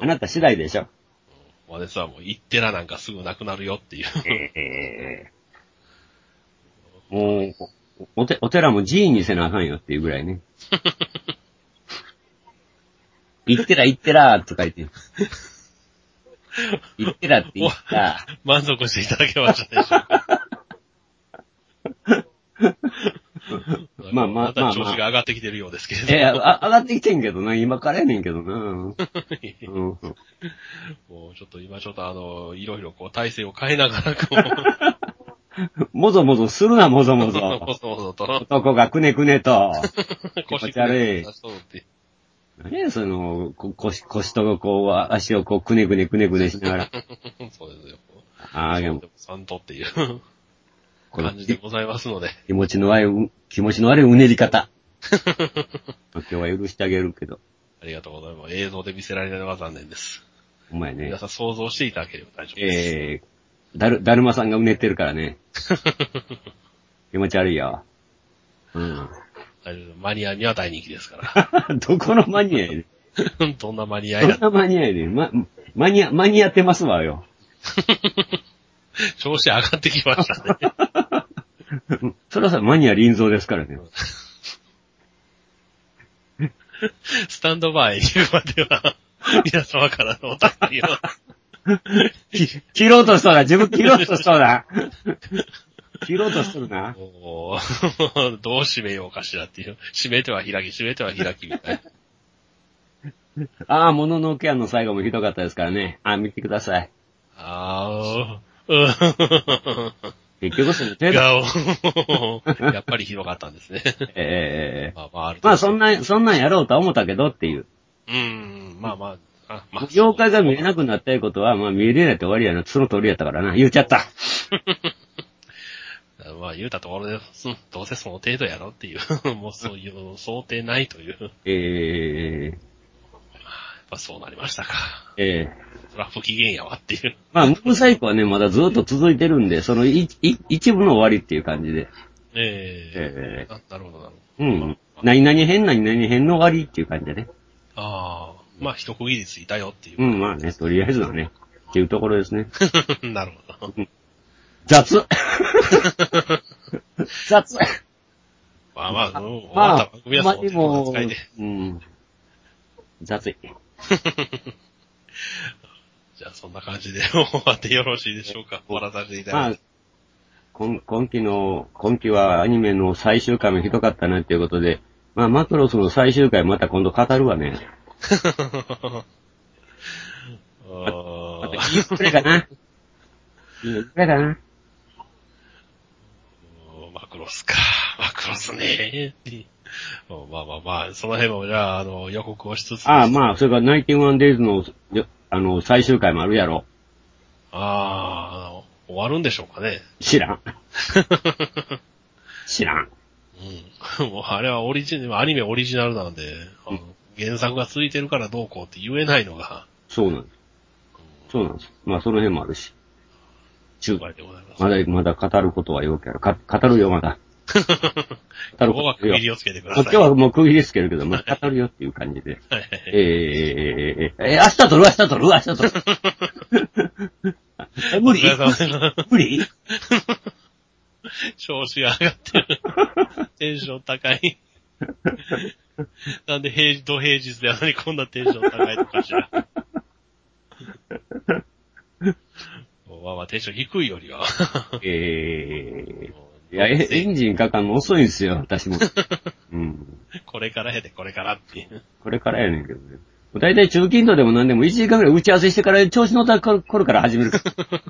Speaker 4: あなた次第でしょ。
Speaker 3: まあ、ですはもう、行ってらなんかすぐなくなるよっていう。
Speaker 4: えーもう、おおてお寺も寺院にせなあかんよっていうぐらい ね。行ってら行ってらとか言って。行ってらって言 った。
Speaker 3: 満足していただけましたでしょうか
Speaker 4: まあまあ
Speaker 3: また調子が上がってきてるようですけれど。
Speaker 4: えーあ、上がってきてんけどな、今からやねんけど な。うん
Speaker 3: もうちょっと今ちょっとあの、いろいろこう体勢を変えながら こ
Speaker 4: もぞもぞするな、もぞも
Speaker 3: う、も
Speaker 4: ぞ。
Speaker 3: そもそと、
Speaker 4: 男がくねくねと。
Speaker 3: 腰
Speaker 4: 気持ち悪い
Speaker 3: そう って。
Speaker 4: 何や、その、こ腰、腰とこう、あ足をこう、くねくねくねくねしなが ら。
Speaker 3: そうですよ。
Speaker 4: ああ、でも
Speaker 3: で、もさんとっていう
Speaker 4: この
Speaker 3: 感じでございますので。
Speaker 4: 気持ちの悪い、気持ちの悪いうね り方。まあ今日は許してあげるけど。
Speaker 3: ありがとうございます。映像で見せられないのは残念です。
Speaker 4: お前ね
Speaker 3: 皆、さん想像していただければ大丈夫です。
Speaker 4: えー、だる、だるまさんがうねってるから ね。気持ち悪いよ。うん。
Speaker 3: 大丈夫ですマニアには大人気ですから。
Speaker 4: どこのマニアやね
Speaker 3: どんなマニア
Speaker 4: ん。ど
Speaker 3: や
Speaker 4: ん、なマニアやねん。ま、マニア、マニアってますわよ。
Speaker 3: 調子上がってきましたね。
Speaker 4: それはさ、マニア臨蔵ですからね。
Speaker 3: スタンドバイに言うまでは、皆様からのお便りを
Speaker 4: き切ろうとしそうだ。自分切ろうとしそ うだ。切ろうとするな。
Speaker 3: もう、どう締めようかしらっていう。締めては開き、締めては開きみたいな。
Speaker 4: ああ、もののけやの最後もひどかったですからね。ああ、見てください。
Speaker 3: あー、
Speaker 4: 結局その
Speaker 3: う
Speaker 4: 程
Speaker 3: ん。
Speaker 4: 度。
Speaker 3: が、やっぱりひどかったんですね。
Speaker 4: ええ
Speaker 3: まあまあ、ある
Speaker 4: まあそん
Speaker 3: な。
Speaker 4: な、そんなんやろうとは思ったけどっていう。
Speaker 3: うん、まあまあ、あ、まあ。
Speaker 4: 業界が見えなくなったいうことは、まあ見えれないって終わりやな。その通りやったからな。言っちゃった。
Speaker 3: まあ言うたところで、うん、どうせその程度やろっていう、もうそういう想定ないという、やっ
Speaker 4: ええ
Speaker 3: ぱそうなりましたか。
Speaker 4: ええ
Speaker 3: そら不機嫌やわっていう。
Speaker 4: まあ、ムーンサイクはね、まだずっと続いてるんで、そのいい一部の終わりっていう感じで。
Speaker 3: ええ
Speaker 4: え
Speaker 3: あなるほどなるほど。
Speaker 4: うん。何々編、何々編の終わりっていう感じでね。
Speaker 3: ああ、まあ一区切りついたよっていうう。
Speaker 4: ん、まあね、とりあえずはね。っていうところです ね。
Speaker 3: なるほど。
Speaker 4: 雑 雑
Speaker 3: まあまあ、うん終わ
Speaker 4: ま
Speaker 3: っ
Speaker 4: あ、
Speaker 3: た番組はその程度の扱いで。
Speaker 4: うん。雑い。
Speaker 3: じゃあそんな感じで終わってよろしいでしょうか。終わらさせていただき
Speaker 4: ま
Speaker 3: ま
Speaker 4: あ
Speaker 3: す。、
Speaker 4: 今今期の、今期はアニメの最終回もひどかったなっていうことで、まあ、マクロスの最終回また今度語るわね。
Speaker 3: あ
Speaker 4: また
Speaker 3: ー
Speaker 4: いいくらいかな。いいくらいかな。
Speaker 3: マクロスか。 マクロスね。 まあまあまあ、その辺もじゃあ、あの、予告をしつつ。
Speaker 4: ああ、まあ、それからナインティワンデイズの、よあの、最終回もあるやろ。
Speaker 3: あーあの、終わるんでしょうかね。
Speaker 4: 知 らん。知らん。
Speaker 3: うん。 もうあれはオリジナル、アニメオリジナルなんで、あの原作が続いてるからどうこうって言えないのが、
Speaker 4: そうなんです。そうなんです。まあ、その辺もあるし。中
Speaker 3: 終わりでございます。
Speaker 4: まだ、まだ語ることはよくやる。か語るよ、ま だ。語
Speaker 3: ここ
Speaker 4: るこ
Speaker 3: は
Speaker 4: と
Speaker 3: 区切り
Speaker 4: よ。
Speaker 3: をつけてく
Speaker 4: ま
Speaker 3: だ
Speaker 4: あ
Speaker 3: さい。
Speaker 4: 今日はもう区切りですけ ど、まあ、語るよっていう感じで。
Speaker 3: はいはいはい
Speaker 4: えー、えー、えー、えー、えー、明日撮る、明日撮る、明日撮る。 え無理
Speaker 3: お疲れ様です
Speaker 4: 無理
Speaker 3: 調子が上がってる。 テンション高い。なんで平日、土平日であんなにこんなテンション高いのかしら。まあまあテンション低いよりは。
Speaker 4: えー、いや、エエンジンかかんの遅いんですよ、 私も。うん。
Speaker 3: これからやで、これからっていう。
Speaker 4: これからやねんけどね。だいたい中近度でも何でも1時間ぐらい打ち合わせしてから調子乗った頃頃から始めるから。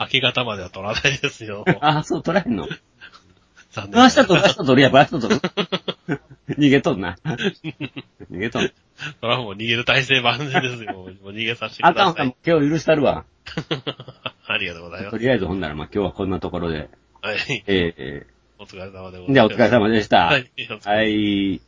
Speaker 3: 明け方までは取らないですよ。
Speaker 4: ああ、そう、取らへんの。
Speaker 3: 残念
Speaker 4: 明
Speaker 3: な
Speaker 4: 日取る、明日取る、やっぱ明日取 る。逃げとんな。逃げとん。
Speaker 3: それはもう逃げる体制万全ですよ。もう逃げさせて
Speaker 4: あ
Speaker 3: く
Speaker 4: かん
Speaker 3: だ
Speaker 4: あか
Speaker 3: さ
Speaker 4: ん
Speaker 3: い。、
Speaker 4: 今日許したるわ。
Speaker 3: ありがとうございま
Speaker 4: と
Speaker 3: す。
Speaker 4: りあえずほんなら、まあ今日はこんなところで。
Speaker 3: はい。
Speaker 4: ええ
Speaker 3: お疲れ様でございます。
Speaker 4: ええではお疲れ様でした。
Speaker 3: はいお疲れ様
Speaker 4: はい